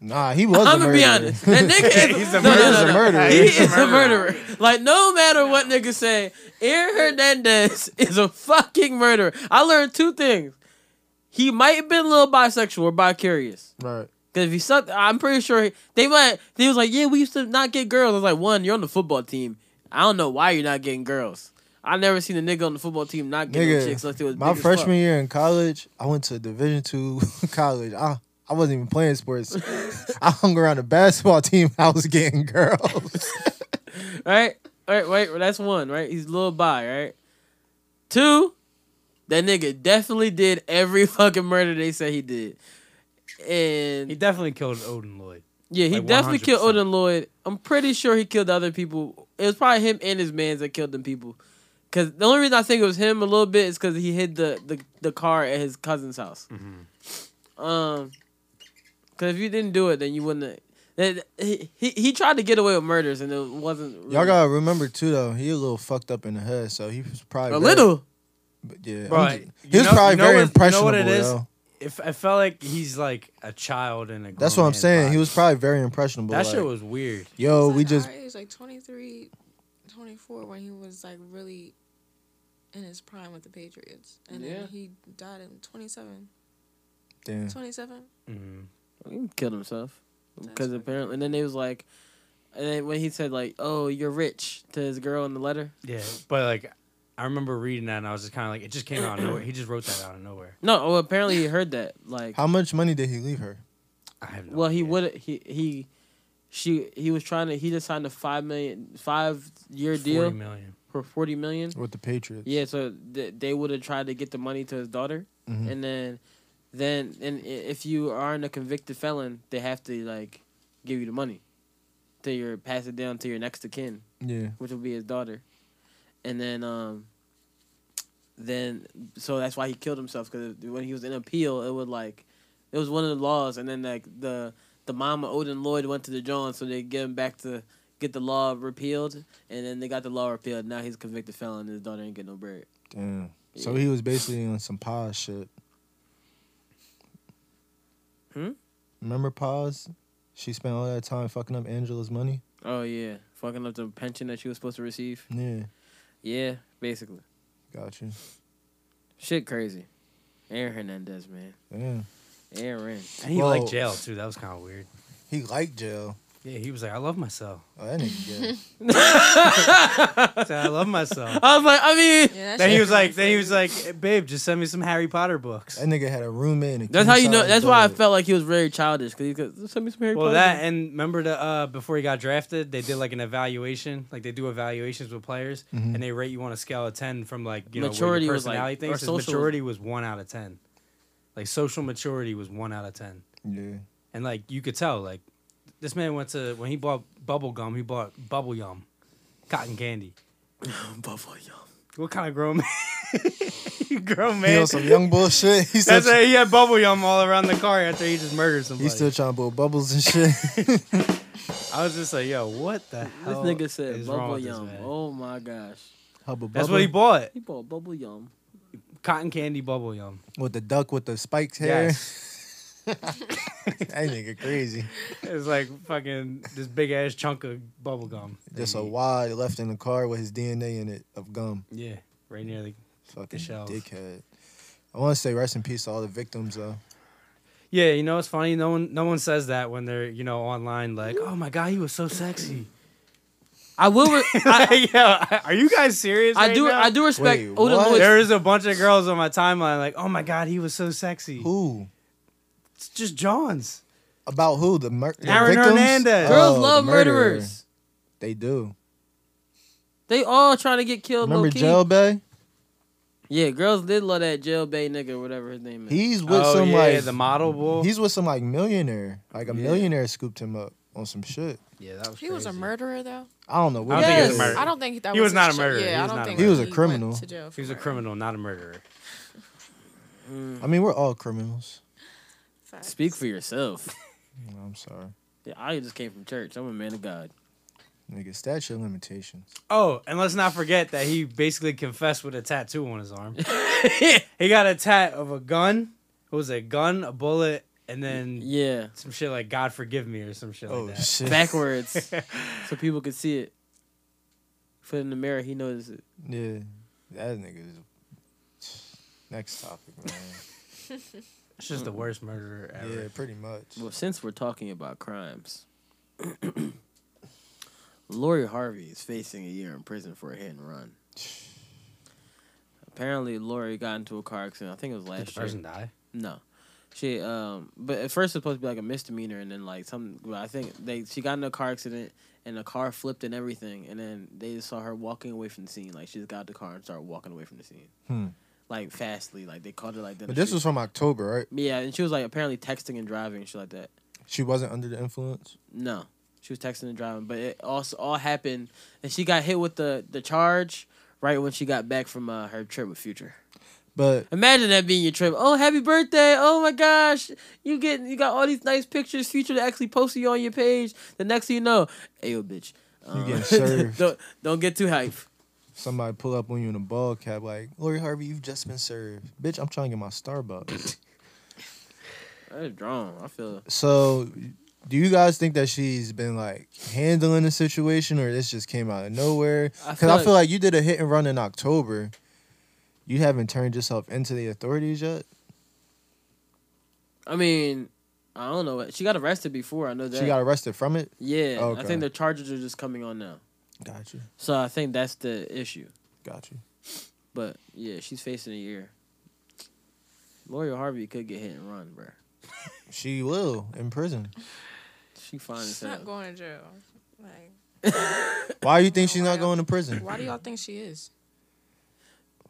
Nah, he was. I'm a gonna be murderer. honest. That nigga [LAUGHS] is He's a no, no, no, no. He was a murderer. murderer. [LAUGHS] He is a murderer. Like no matter what niggas say, Aaron Hernandez [LAUGHS] is a fucking murderer. I learned two things. He might have been a little bisexual or bi-curious. Right. Cause if he sucked, I'm pretty sure he- they went. They was like, yeah, we used to not get girls. I was like, one, you're on the football team. I don't know why you're not getting girls. I never seen a nigga on the football team not getting Nigga, chicks unless they was My big as fuck. freshman year in college, I went to Division two [LAUGHS] college. I I wasn't even playing [LAUGHS] sports. I hung around the basketball team. [LAUGHS] I was getting [LAUGHS] girls. All right, all right, wait. That's one. Right, he's a little bi. Right, two. That nigga definitely did every [LAUGHS] fucking murder they said he did, and he definitely killed Odin Lloyd. yeah, he like, definitely killed 100%. Odin Lloyd. I'm pretty sure he killed other people. It was probably him and his mans that killed them people. Cause the only reason I think it was him a little bit is because he hid the, the, the car at his cousin's house. Um, cause if you didn't do it, then you wouldn't. have- That- He, he he tried to get away with murders and it wasn't. Y'all gotta remember too, though. He a little fucked up in the head, so he was probably a very- little. but yeah, Bro, I'm you just- he was know- probably you know very what- you know impressionable. what it is? though. If I felt like he's like a child in a. That's grown what I'm man's saying. body. He was probably very impressionable. Oh, That like, shit was weird. Yo, He's, Oh, we like, just our age, like 23, 24 when he was like really in his prime with the Patriots, and Yeah. then he died in 27. damn. 27. He killed himself because apparently. And then they was like, and then when he said like, "Oh, you're rich" to his girl in the letter. Yeah, but like, I remember reading that and I was just kind of like, it just came out of nowhere. He just wrote that out of nowhere. No, well, apparently he heard that. Like, How much money did he leave her? I have no well, he idea. would he he she he was trying to he just signed a five million five year 40 deal million. for forty million. With the Patriots. Yeah, so th- they would have tried to get the money to his daughter, Mhm. and then, then, and i- if you aren't a convicted felon, they have to like give you the money, to your pass it down to your next of kin, Yeah. which will be his daughter, and then, um, then so that's why he killed himself because when he was in appeal, it would like, it was one of the laws, and then like the the mom of Odin Lloyd went to the John, so they get him back to. Get the law repealed, and then they got the law repealed. Now he's a convicted felon, and his daughter ain't get no bread. Damn. So he was basically on some pause shit. Hmm? Remember pause? She spent all that time fucking up Angela's money. Oh yeah, fucking up the pension that she was supposed to receive. Yeah. Yeah, basically, Got you. shit crazy. Aaron Hernandez, man, Damn. Aaron. And he Well- liked jail too. That was kind of weird. He liked jail. Yeah, he was like, I love myself. [LAUGHS] Oh, that nigga gay. He said, I love [LAUGHS] myself. I was like, I mean, Yeah, that Then shit he was like, crazy. then he was like, "Eh, babe, just send me some Harry Potter books. that nigga had a roommate. And a that's how you know. king-size That's why I bed. felt like he was very childish because he could send me some Harry Well, Potter. that and remember the uh, before he got drafted, they did like an evaluation. Like they do evaluations with players, and they rate you on a scale of ten from like you know Mm-hmm. Maturity maturity your was, like- personality or things. His social- maturity was one out of ten. Like social maturity was one out of ten, Yeah. and like you could tell, like this man went to when he bought bubble gum, he bought bubble yum, cotton [LAUGHS] candy. Buffalo, yo. What kind of grown [LAUGHS] man? you grown He man. [LAUGHS] on some young bullshit. He still, That's right. He had bubble yum all around the car after he just murdered he somebody. still trying to blow bubbles [LAUGHS] and shit. I was just like, yo, what the This hell? nigga said is wrong bubble with this yum. man? Oh my gosh, Hubba That's bubba. what he bought. he bought bubble yum. Cotton candy bubble yum. With the duck with the spiked hair. Yes. [LAUGHS] that nigga crazy. it's like fucking this big ass chunk of bubble gum. Just a wad left in the car with his DNA in it of gum. Yeah. Right near the Fucking shelf. dickhead. I want to say rest in peace to all the victims uh, though. Yeah, you know it's funny. No one no one says that when they're, you know, online like, oh my god, he was so [LAUGHS] sexy. I will. [LAUGHS] Re- I, [LAUGHS] Like, yo, are you guys serious? I right do. now? I do respect Wait, Odin what? Lloyd's- there is a bunch of girls on my timeline like, oh my god, he was so sexy. Who? It's just Johns. About who? The, mur- the Aaron victims? Hernandez. Girls Oh, love the murderer. murderers. They do. They all trying to get killed. Remember low-key. Jail Bay? Yeah, girls did love that jail bay nigga, whatever his name is. He's with oh some yeah, like the model boy. he's with some like millionaire. Like a Yeah. millionaire scooped him up on some shit. yeah, that was. He was a crazy. murderer though. I don't know. I What don't it think he was is. a murderer. I don't think that He was his not a sh- murderer. Yeah, He I was don't not a think murderer. He was a went criminal. to jail He for was a murder. criminal, not a murderer. I mean, we're all criminals. Facts. Speak for yourself. [LAUGHS] No, I'm sorry. Yeah, I just came from church. I'm a man of [LAUGHS] God. Nigga, statute of limitations. Oh, and let's not forget that he basically confessed with a tattoo on his arm. he got a tat of a gun. It was a gun, a bullet, and then Yeah, some shit like "God forgive me" or some shit Oh like that. shit. [LAUGHS] backwards, so people could see it. Put it in the mirror, he knows it. Yeah, that nigga is. Next topic, man. It's just the worst murderer ever. yeah, pretty much. Well, since we're talking about crimes, [CLEARS THROAT] Lori Harvey is facing a year in prison for a hit and run. Apparently, Lori got into a car accident. I think it was Did the last year. person die? No. She um but at first it was supposed to be like a misdemeanor and then like some well, I think they she got in a car accident and the car flipped and everything and then they just saw her walking away from the scene. Like she just got out the car and started walking away from the scene. Hmm. Like fastly. Like they caught her like that. But this was from October, right? Yeah, and she was like apparently texting and driving and shit like that. She wasn't under the influence. No. She was texting and driving. But it also all happened and she got hit with the the charge right when she got back from uh, her trip with Future. But Imagine that being your trip. Oh, happy birthday! Oh my gosh, you get you got all these nice pictures featured actually posted you on your page. The next thing you know, hey yo, bitch, [LAUGHS] Uh. um, getting served. [LAUGHS] don't don't get too hype. somebody pull up on you in a ball cap, like Lori Harvey, you've just been served, bitch. I'm trying to get my [COUGHS] Starbucks. That's wrong. I feel so, do you guys think that she's been like handling the situation, or this just came out of nowhere? I Because feel I, like- feel like you did a hit and run in October. You haven't turned yourself into the authorities yet. I mean, I don't know. She got arrested before. I know that. She got arrested from it. yeah, I Okay. think the charges are just coming on now. Got you. So I think that's the issue. Got you. But yeah, she's facing a year. L'Oreal Harvey could get hit and run, bruh. She will in prison. She fine as She's not hell. going to jail. Like, Why do you [LAUGHS] think she's not going to prison? why do y'all think she is?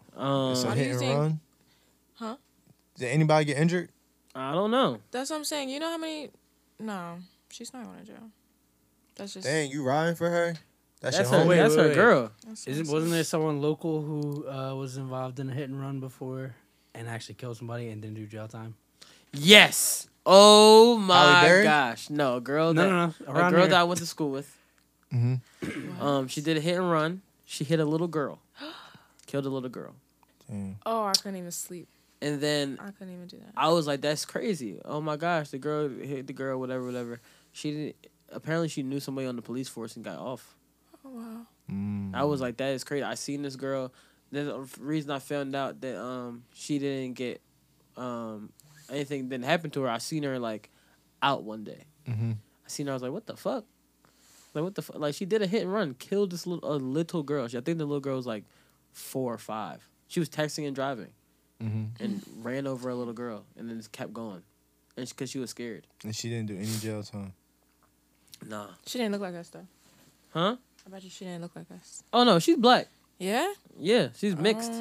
It's a Um, Why do hit you and think- run. Huh? Did anybody get injured? I don't know. That's what I'm saying. You know how many? No, she's not going to jail. That's just. Dang, you riding for her? That's, That's your her. homie. Wait, that's wait, her wait. girl. that's what Isn't I'm wasn't saying. there someone local who uh, was involved in a hit and run before and actually killed somebody and didn't do jail time? Yes. Oh my Berry? gosh. No, a girl. No, that, no, no. A Around girl here. that I went to school [LAUGHS] with. Mhm. Um, she did a hit and run. She hit a little girl. [GASPS] Killed a little girl. Damn. Oh, I couldn't even sleep. And then I couldn't even do that. I was like, "That's crazy! Oh my gosh, the girl hit the girl, whatever, whatever." She didn't. Apparently, she knew somebody on the police force and got off. Oh, wow. Mm. I was like, "That is crazy." I seen this girl. There's a reason I found out that um she didn't get um anything didn't happen to her. I seen her like out one day. Mhm. I seen her. I was like, "What the fuck?" Like what the fuck? Like she did a hit and run, killed this little a little girl. She, I think the little girl was like four or five. She was texting and driving Mhm. and ran over a little girl and then just kept going. And because she was scared. And she didn't do any jail time. Nah. She didn't look like us, though. Huh? I bet you she didn't look like us. Oh no, she's black. Yeah? Yeah, she's mixed.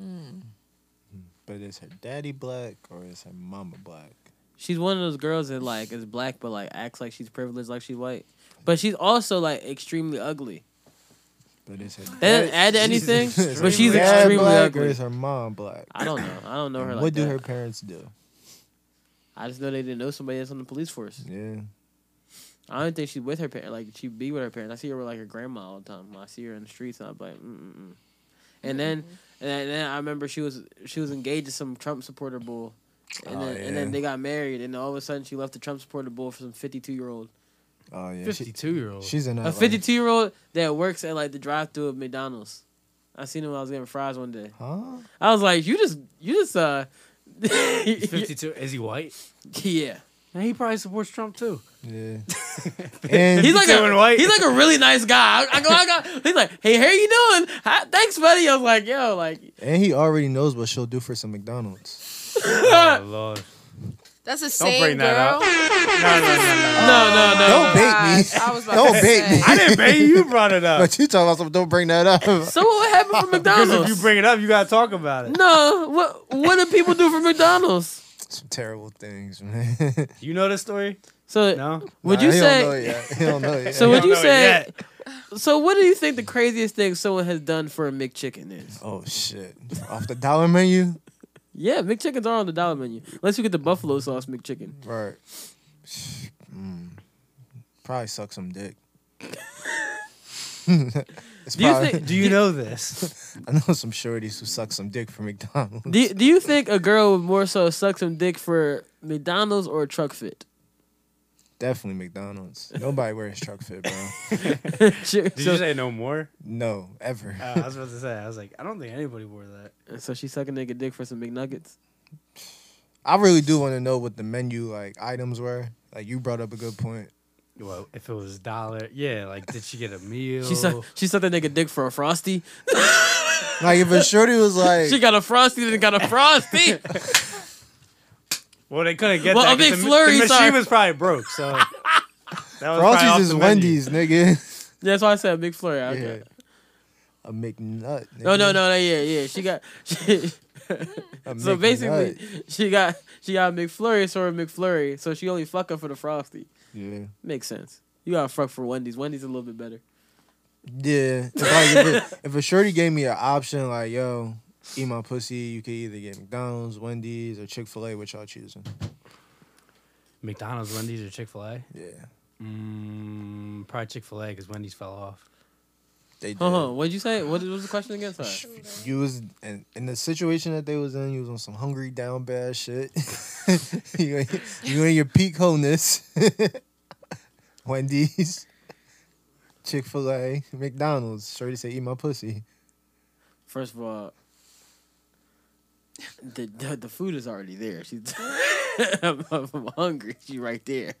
Mm. But is her daddy black or is her mama black? she's one of those girls that like is black but like acts like she's privileged like she's white. But she's also like extremely ugly. But is her That dad- doesn't add to [LAUGHS] anything, is but her she's dad extremely black or ugly. is her mom black? I don't know. I don't know her like what do that. her parents do? I just know they didn't know somebody that's on the police force. Yeah, I don't think she's with her parents. Like she be with her parents. I see her with like her grandma all the time. I see her in the streets, and I'm like, mm mm mm. And then, and then I remember she was she was engaged to some Trump supporter bull, and Oh, then and then yeah. they got married, and all of a sudden she left the Trump supporter bull for some fifty two year old, oh yeah, she, Fifty-two year old. she's in her a fifty two year old that works at like the drive through of McDonald's. I seen him when I was getting fries one day. Huh? I was like, you just you just uh, [LAUGHS] Fifty-two. Is he white? yeah. And he probably supports Trump too. Yeah. [LAUGHS] and He's like Doing a white. he's like a really nice guy. I, I go, I go. He's like, hey, how you doing? Hi, thanks, buddy. I was like, yo, like and he already knows what she'll do for some McDonald's. [LAUGHS] oh lord. That's the Don't same bring that girl. up. No, No, no, no, no. no, no. Don't bait me. [LAUGHS] Gosh, I was about Don't to bait say. me. [LAUGHS] I didn't pay you. Brought it up. But you talking about something? Don't bring that up. So what happened from [LAUGHS] Because if McDonald's? you bring it up, you gotta talk about it. no, what what do people do for McDonald's? some terrible things, man. [LAUGHS] You know this story? So No. would Nah, you he Don't know say? it yet. [LAUGHS] He don't know it yet. So He would don't you know it say? yet. So what do you think the craziest thing someone has done for a McChicken is? Oh shit! Off the dollar menu. Yeah, McChickens are on the dollar menu unless you get the buffalo sauce McChicken. Right. Mm. Probably suck some dick. [LAUGHS] It's Do you probably- think- Do you know this? I know some shorties who suck some dick for McDonald's. Do, do you think a girl would more so suck some dick for McDonald's or a truck fit? Definitely McDonald's. Nobody wears truck [LAUGHS] fit, bro. Sure. [LAUGHS] Did so, you say no more? No, ever. Uh, I was about to say. I was like, I don't think anybody wore that. so she suck a nigga dick for some McNuggets. [LAUGHS] I really do want to know what the menu like items were. Like you brought up a good point. Well, if it was a dollar, yeah. Like, did she get a meal? She suck she sucked a nigga dick for a frosty. [LAUGHS] Like if a shorty was like, She got a frosty, then got a frosty. Well, they couldn't get Well, that a 'cause big the, ma- flurry, The machine sorry. was probably broke, [LAUGHS] so. that was probably off Frosties is the menu. [LAUGHS] Wendy's, nigga. That's why I said McFlurry. Okay. Yeah. A McNut. Nigga. No, no, no, no, yeah, yeah. She got [LAUGHS] she, A so McNut. basically she got she got McFlurry, so her McFlurry, so she only fuck up for the frosty. Yeah. Makes sense. You gotta fuck for Wendy's. Wendy's a little bit better. Yeah. If, like, if, a, if a shorty gave me an option, like, yo, eat my pussy, you could either get McDonald's, Wendy's, or Chick Fil A. Which y'all choosing? McDonald's, Wendy's, or Chick Fil A? Yeah, Mm, probably Chick Fil A because Wendy's fell off. they did. Hold on, what'd you say? What was the question again? Sorry. Sh- You was in, in the situation that they was in. You was on some hungry down bad shit. [LAUGHS] you, ain't- you in your peak wholeness. [LAUGHS] Wendy's, Chick Fil A, McDonald's. Shorty say, "Eat my pussy." First of all, the the, the food is already there. She's [LAUGHS] I'm, I'm hungry. She right there.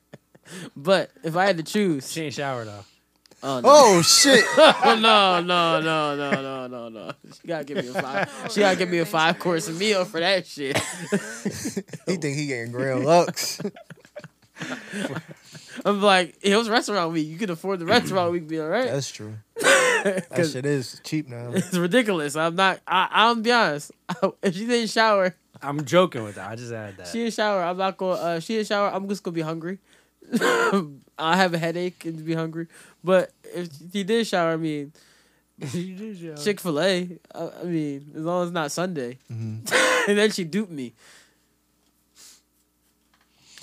But if I had to choose, She ain't shower though. oh no, Oh shit! no, no, no, no, no, no, no. She gotta give me a five. She gotta give me a five course meal for that shit. [LAUGHS] he think he getting Grand Lux. I'm like, it was restaurant week. You could afford the restaurant week meal, [LAUGHS] right? That's true. That shit is cheap now. [LAUGHS] It's ridiculous. I'm not. I, I'm be honest. [LAUGHS] if she didn't shower, I'm joking with that. I just added that. she didn't shower. I'm not going. Uh, she didn't shower. I'm just gonna be hungry. [LAUGHS] I have a headache and be hungry. But if she did shower, I mean Chick Fil A. I, I mean, as long as it's not Sunday, Mhm. [LAUGHS] and then she duped me.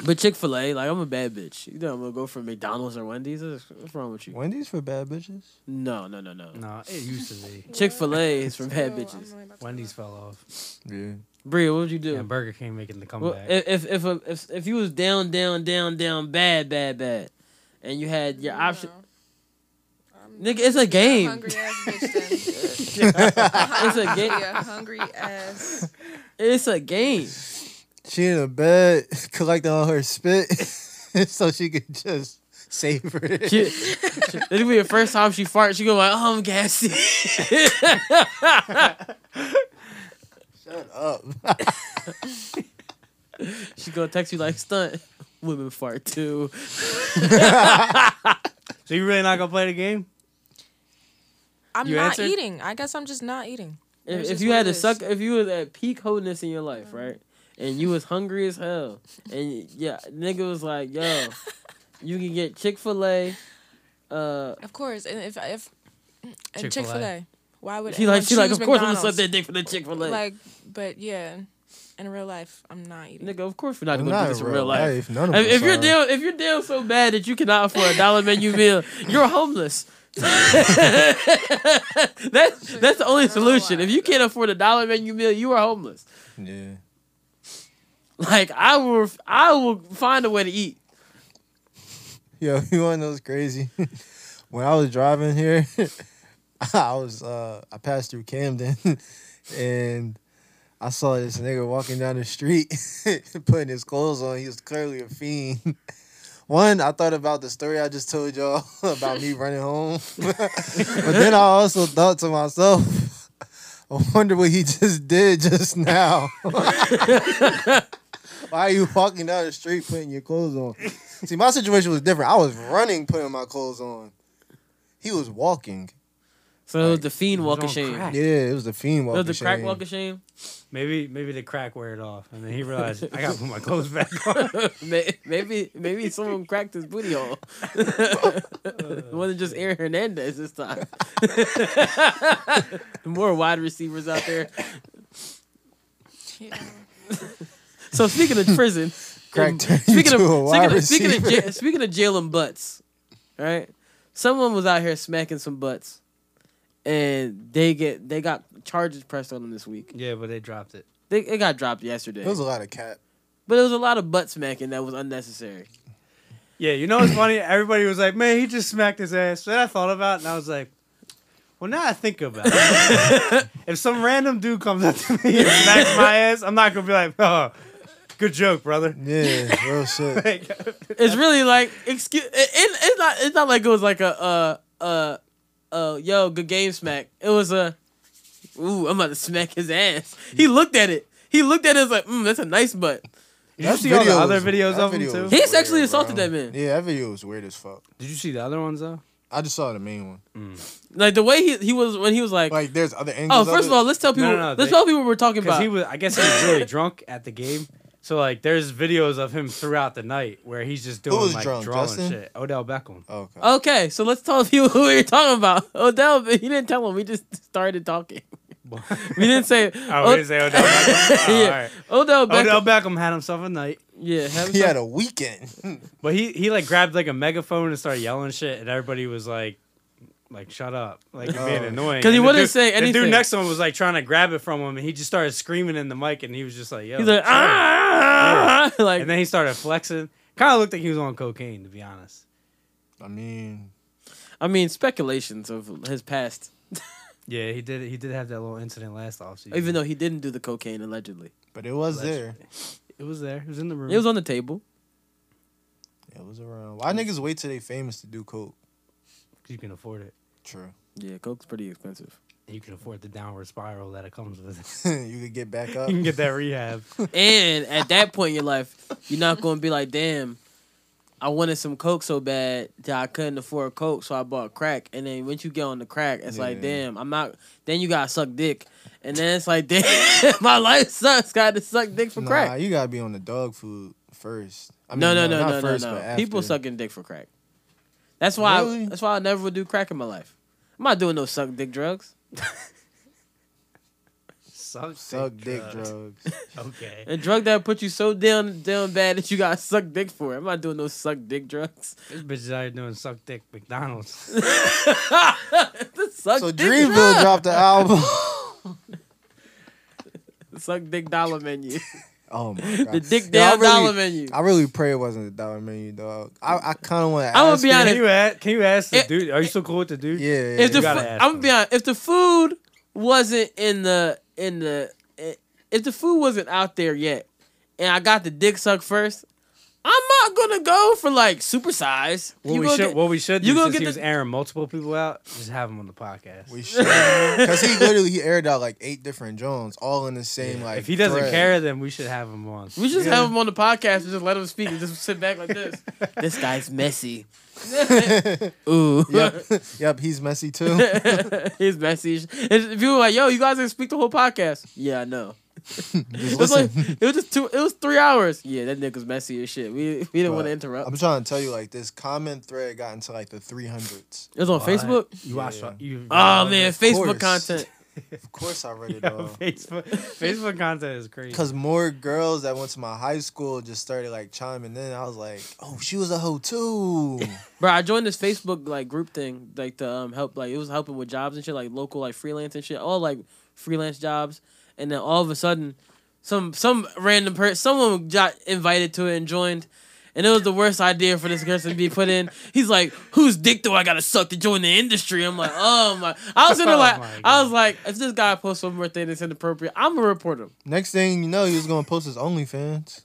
But Chick Fil A, like I'm a bad bitch. You know, I'm gonna go for McDonald's or Wendy's. What's what's wrong with you? Wendy's for bad bitches. No, no, no, no. no, it used to be. Chick Fil A is from bad Ew, I'm bitches. really about to Wendy's cry. fell off. Yeah. Bria, what would you do? And Burger King making the Well, comeback. if if if, a, if if you was down, down, down, down, bad, bad, bad, and you had your option, No. I'm- nigga, it's a I'm game. hungry ass [LAUGHS] bitch. It's a Then. [LAUGHS] game. yeah, hungry ass. It's a game. She in a bed [LAUGHS] collecting all her spit, [LAUGHS] so she could just [LAUGHS] savor [LAUGHS] it. She, it'll be the first time she farts. She go like, "Oh, I'm gassy." [LAUGHS] Shut up. she gonna text you like, "Stunt, [LAUGHS] women fart too." so you really not gonna play the game? I'm You not answered? eating. I guess I'm just not eating. It's If, if just you what had it to is. Uh-huh. suck, if you was at peak wholeness in your life, right, and you was hungry as hell, and yeah, nigga was like, [LAUGHS] "Yo, you can get Chick Fil A." Uh, Of course, and if if and Chick Chick-fil-A. Fil A, why would she like, she like, of course I'm gonna slip suck that dick for the Chick Fil A. Like, but yeah, in real life, I'm not eating. Nigga, of course we're not I'm gonna do this in real life. None of If, if us you're are. down, if you're down so bad that you cannot afford a dollar menu meal, you're homeless. [LAUGHS] that's that's the only solution. If you can't afford a dollar menu meal, you are homeless. yeah. Like I will, I will find a way to eat. [LAUGHS] Yo, you want those crazy? [LAUGHS] when I was driving here, [LAUGHS] I was uh I passed through Camden [LAUGHS] and I saw this nigga walking down the street [LAUGHS] putting his clothes on. He was clearly a fiend. [LAUGHS] One, I thought about the story I just told y'all [LAUGHS] about me running home. [LAUGHS] but then I also thought to myself, [LAUGHS] I wonder what he just did just now. [LAUGHS] Why are you walking down the street putting your clothes on? See, my situation was different. I was running, putting my clothes on. He was walking. So the fiend who's walk of on shame. crack? Yeah, it was the fiend So walking. the crack shame. walk of shame. Maybe maybe the crack wore it off, and then he realized I gotta put my clothes back on. May- Maybe maybe someone cracked his booty hole. [LAUGHS] it wasn't just Aaron Hernandez this time. [LAUGHS] More wide receivers out there. Yeah. So speaking of prison, [LAUGHS] Crack um, turned speaking you of to a speaking of wide speaking of, receiver. ja- speaking of jailing butts, right? Someone was out here smacking some butts, and they get they got charges pressed on them this week. [LAUGHS] yeah, but they dropped it. They it got dropped yesterday, It was a lot of cat. but it was a lot of butt smacking that was unnecessary. Yeah, you know what's funny? Everybody was like, "Man, he just smacked his ass." Then I thought about, it, and I was like, "Well, now I think about it. [LAUGHS] if some random dude comes up to me and smacks my ass, I'm not gonna be like, oh, good joke, brother." [LAUGHS] Yeah, real shit. Like, It's really like excuse. It, it- it's not. It's not like it was like a uh uh uh yo good game smack. It was a ooh I'm about to smack his ass. He looked at it. He looked at it and was like mm, that's a nice butt. Did you see all the other videos of him too? He sexually assaulted that man. Yeah, that video was weird as fuck. Did you see the other ones though? I just saw the main one. Like the way he he was when he was like. Like, there's other angles. Oh, of first of it. all, let's tell No, people. no, no, let's they- tell people what we're talking Because about. he was, I guess he was really [LAUGHS] drunk at the game. So like, there's videos of him throughout the night where he's just doing was like drunk, drawing Justin? shit. Odell Beckham. Oh, okay. uh, [LAUGHS] okay, so let's tell people who we we're talking about. Odell, but he didn't tell him. We just started talking. We didn't [LAUGHS] say. Oh, we didn't say Odell [LAUGHS] Beckham. Oh, all yeah. right. Odell Beckham. Odell Beckham had himself a night, yeah, have He had a weekend. [LAUGHS] but he he like grabbed like a megaphone and started yelling shit, and everybody was like. Like shut up! Like you're being Oh. annoying. 'Cause he And the wouldn't dude- say The anything. dude next to him was like trying to grab it from him, and he just started screaming in the mic, and he was just like, "Yo!" He's like, shut up." ah, like And then he started flexing. Kind of looked like he was on cocaine, to be honest. I mean, I mean, speculations of his past, Yeah, he did. He did have that little incident last offseason. even though he didn't do the cocaine allegedly. but it was Legend. there. it was there, it was in the room. It was on the table. It was around. Why niggas wait till they famous to do coke? you can afford it. True. [LAUGHS] Yeah, coke's pretty expensive, You can afford the downward spiral that it comes with. [LAUGHS] it. you could get back up. you can get that rehab. and at that point in your life, you're not going to be like, damn. I wanted some coke so bad that I couldn't afford coke, so I bought crack. And then once you get on the crack, it's like, Yeah. damn, I'm not. Then you gotta suck dick, and then it's like, [LAUGHS] damn, my life sucks. Gotta suck dick for nah, crack. you gotta be on the dog food first. I mean, no, no, no, not no, first, no, but no. after. People sucking dick for crack. That's why. I, Really? that's why I never would do crack in my life. I'm not doing no suck dick drugs. Suck, dick Suck dick drugs. drugs. [LAUGHS] Okay. A drug that put you so down, down bad that you got to suck dick for. it. I'm not doing no suck dick drugs. this bitch is out here doing suck dick McDonald's. The suck so dick drug- Dreamville dropped [LAUGHS] the album. suck dick dollar menu. oh my god. The dick Yo, I down really- dollar menu. I really pray it wasn't the dollar menu, dog. I, I kind of want to. I'ma be honest. can you ask? Can you ask the It- dude? Are you still cool with the dude? Yeah, yeah, if the fu- you gotta I'm ask gonna them. be honest, if the food wasn't in the in the i- if the food wasn't out there yet, and I got the dick sucked first, I'm not gonna go for like super size. What You we gonna should, get- what we should do, you gonna since get he the- was airing multiple people out, just have him on the [LAUGHS] podcast. we should [LAUGHS] because he literally he aired out like eight different drones, all in the same like. if he doesn't thread. [LAUGHS] care, then we should have him on. We just have him on the podcast and just let him speak and just sit back like [LAUGHS] this. this guy's messy. [LAUGHS] Ooh. Yep, yep, he's messy too. [LAUGHS] He's messy. And people were like, yo, you guys didn't speak the whole podcast. Yeah, I know. [LAUGHS] Just It was listen. like it was just two it was three hours. Yeah, that nigga's messy as shit. We we didn't want to Bruh, interrupt. I'm trying to tell you, like this comment thread got into like the 300s. it was on What? Facebook. You watch. Yeah. You, Oh man, Facebook course. content. Of course, [LAUGHS] I read it Yo, all. Facebook, Facebook content is crazy. Cause more girls that went to my high school just started like chiming in. I was like, "Oh, she was a hoe [LAUGHS] too." Bro, I joined this Facebook like group thing, like to um help like it was helping with jobs and shit, like local like freelance and shit, all like freelance jobs. And then all of a sudden, some some random person, someone got invited to it and joined. And it was the worst idea for this person to be put in. He's like, "Whose dick do I gotta suck to join the industry?" I'm like, "Oh my!" I was in there [LAUGHS] Oh like, my I was like, "If this guy posts one more thing that's inappropriate, I'm gonna report him." Next thing you know, he was gonna post his OnlyFans.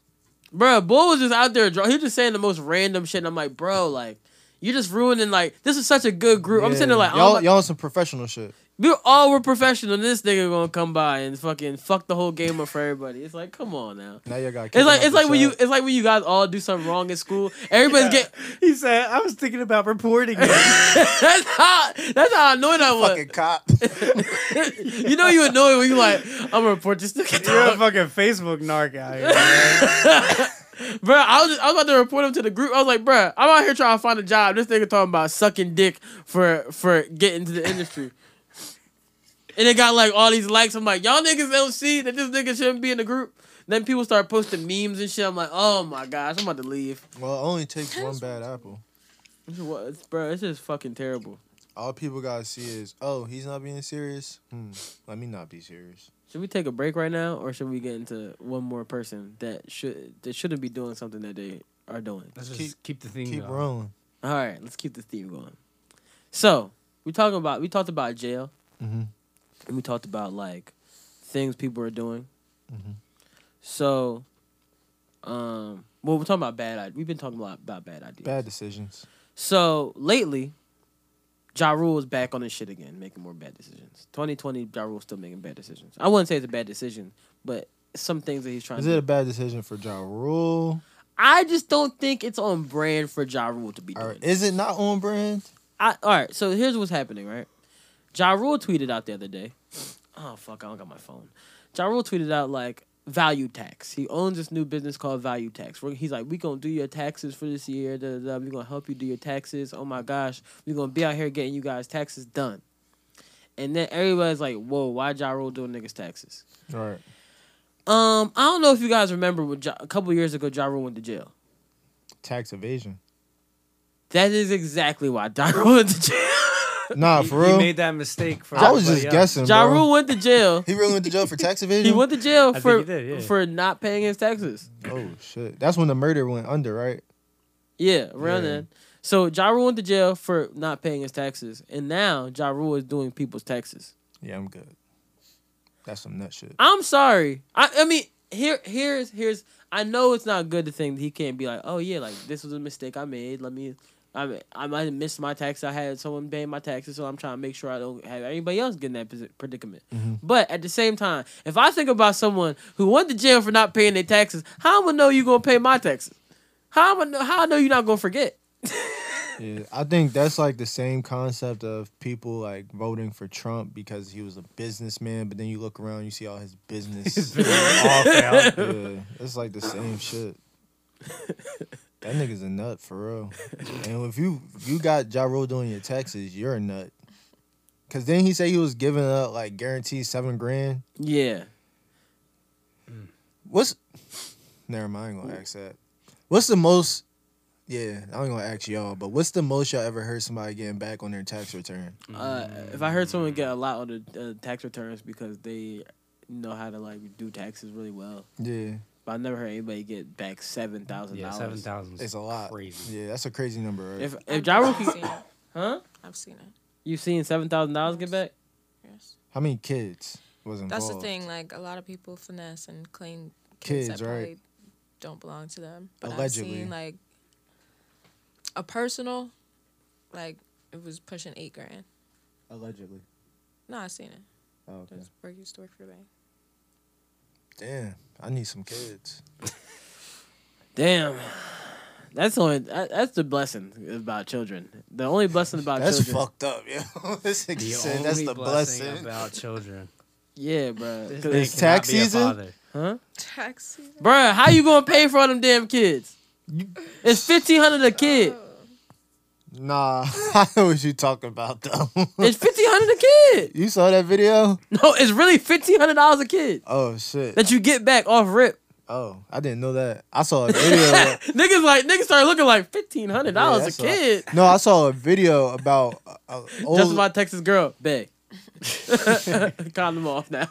Bro, Bull was just out there. dro- He was just saying the most random shit. And I'm like, bro, like, you're just ruining, like, this is such a good group. I'm Yeah. sitting there like, y'all, all my- y'all on some professional shit. we all were professional. And this nigga gonna come by and fucking fuck the whole game up for everybody. It's like, come on now. Now you got. It's like it's like when [LAUGHS] you it's like when you guys all do something wrong in school. Everybody's get [LAUGHS] He said, "I was thinking about reporting." it." that's how that's how annoyed I was. fucking cop. you know you annoyed when you like I'm gonna report this nigga. You're a dog." fucking Facebook narc out here. man. Bro, I was just, I was about to report him to the group. I was like, bro, I'm out here trying to find a job. This nigga talking about sucking dick for for getting to the industry. and it got like all these likes. I'm like, y'all niggas don't see that this nigga shouldn't be in the group. Then people start posting memes and shit. I'm like, oh my gosh, I'm about to leave. [LAUGHS] well, it only takes one bad apple. It's what- it's- Bro, it's just fucking terrible. All people gotta see is, "Oh, he's not being serious." Hmm. Let me not be serious. Should we take a break right now, or should we get into one more person that should that shouldn't be doing something that they are doing? Let's just Keep- keep, the theme Keep going. rolling. All right, let's keep the theme going. So we talking about we talked about jail, Mhm. and we talked about like things people are doing. Mhm. So, um, well, we're talking about bad. i- We've been talking a lot about bad ideas. Bad decisions. So lately, Ja Rule is back on his shit again, making more bad decisions. Twenty twenty, Ja Rule's still making bad decisions. I wouldn't say it's a bad decision, but some things that he's trying. Is to it a do. bad decision for Ja Rule? I just don't think it's on brand for Ja Rule to be doing. Or it. is it not on brand? I, all right, so here's what's happening, right? Ja Rule tweeted out the other day. Oh, fuck, I don't got my phone. Ja Rule tweeted out, like, value tax. He owns this new business called Value Tax. We're, he's like, we going to do your taxes for this year. Da, da, da. We're going to help you do your taxes. Oh, my gosh. We're going to be out here getting you guys taxes done. and then everybody's like, "Whoa, why Ja Rule doing niggas taxes?" All right. Um, I don't know if you guys remember when ja, a couple years ago Ja Rule went to jail. Tax evasion. [LAUGHS] That is exactly why Ja Rule went to jail. Nah, He- for He real. made that mistake for I was just everybody else. guessing. Ja bro. Rule went to jail. He really went to jail for tax evasion. He went to jail I think for he did, yeah. for not paying his taxes. Oh shit! That's when the murder went under, right? Yeah, around Yeah. then. So Ja Rule went to jail for not paying his taxes, and now Ja Rule is doing people's taxes. Yeah, I'm good. That's some nut shit. I'm sorry. I I mean here here's here's I know it's not good to think that he can't be like, oh yeah, like this was a mistake I made. Let me. I mean, I might have missed my tax. I had someone paying my taxes, so I'm trying to make sure I don't have anybody else get in that posi- predicament. But at the same time, if I think about someone who went to jail for not paying their taxes, how am I know you gonna pay my taxes? How am I know, how I know you're not gonna forget? Yeah, I think that's like the same concept of people like voting for Trump because he was a businessman, but then you look around, you see all [LAUGHS] his business. All [LAUGHS] failed. yeah, it's like the same shit. That nigga's a nut for real. And if you you got Ja Rule doing your taxes, you're a nut. Cause then he said he was giving up like guaranteed seven grand. Yeah. What's never mind, I ain't gonna ask that. What's the most yeah, I ain't gonna ask y'all, but what's the most y'all ever heard somebody getting back on their tax return? Uh, if I heard someone get a lot on the uh, tax returns because they know how to like do taxes really well, Yeah. but I never heard anybody get back seven thousand Yeah, seven dollars. thousand. It's a lot. Crazy. Yeah, that's a crazy number, right? If if Ja Rule [LAUGHS] I've can- seen it. huh? I've seen it. You've seen seven thousand dollars get back? Yes. How many kids was involved? That's the thing. Like a lot of people finesse and claim kids, Kids, that right. probably don't belong to them. But I've Allegedly. seen like a personal, like it was pushing eight grand. Allegedly. No, I've seen it. Oh, It was where I used to work for a bank. Damn, I need some kids. Damn. That's the only that, that's the blessing about children. The only blessing about That's children. fucked up, yo. [LAUGHS] this nigga The said only that's the blessing, blessing. about children. Yeah, bro. This It's man cannot tax be a season? father. Huh? Tax season. Bruh, how you gonna pay for all them damn kids? It's fifteen hundred a kid. Nah, [LAUGHS] I know what you talking about though. It's fifteen hundred a kid. [LAUGHS] you saw that video? No, it's really fifteen hundred dollars a kid Oh shit. that you get back off rip. Oh, I didn't know that. I saw a [LAUGHS] video. niggas like niggas started looking like fifteen hundred Yeah, dollars that's a kid. no, I saw a video about a, a old. Just about Texas girl, [LAUGHS] bae. [LAUGHS] Condom off now.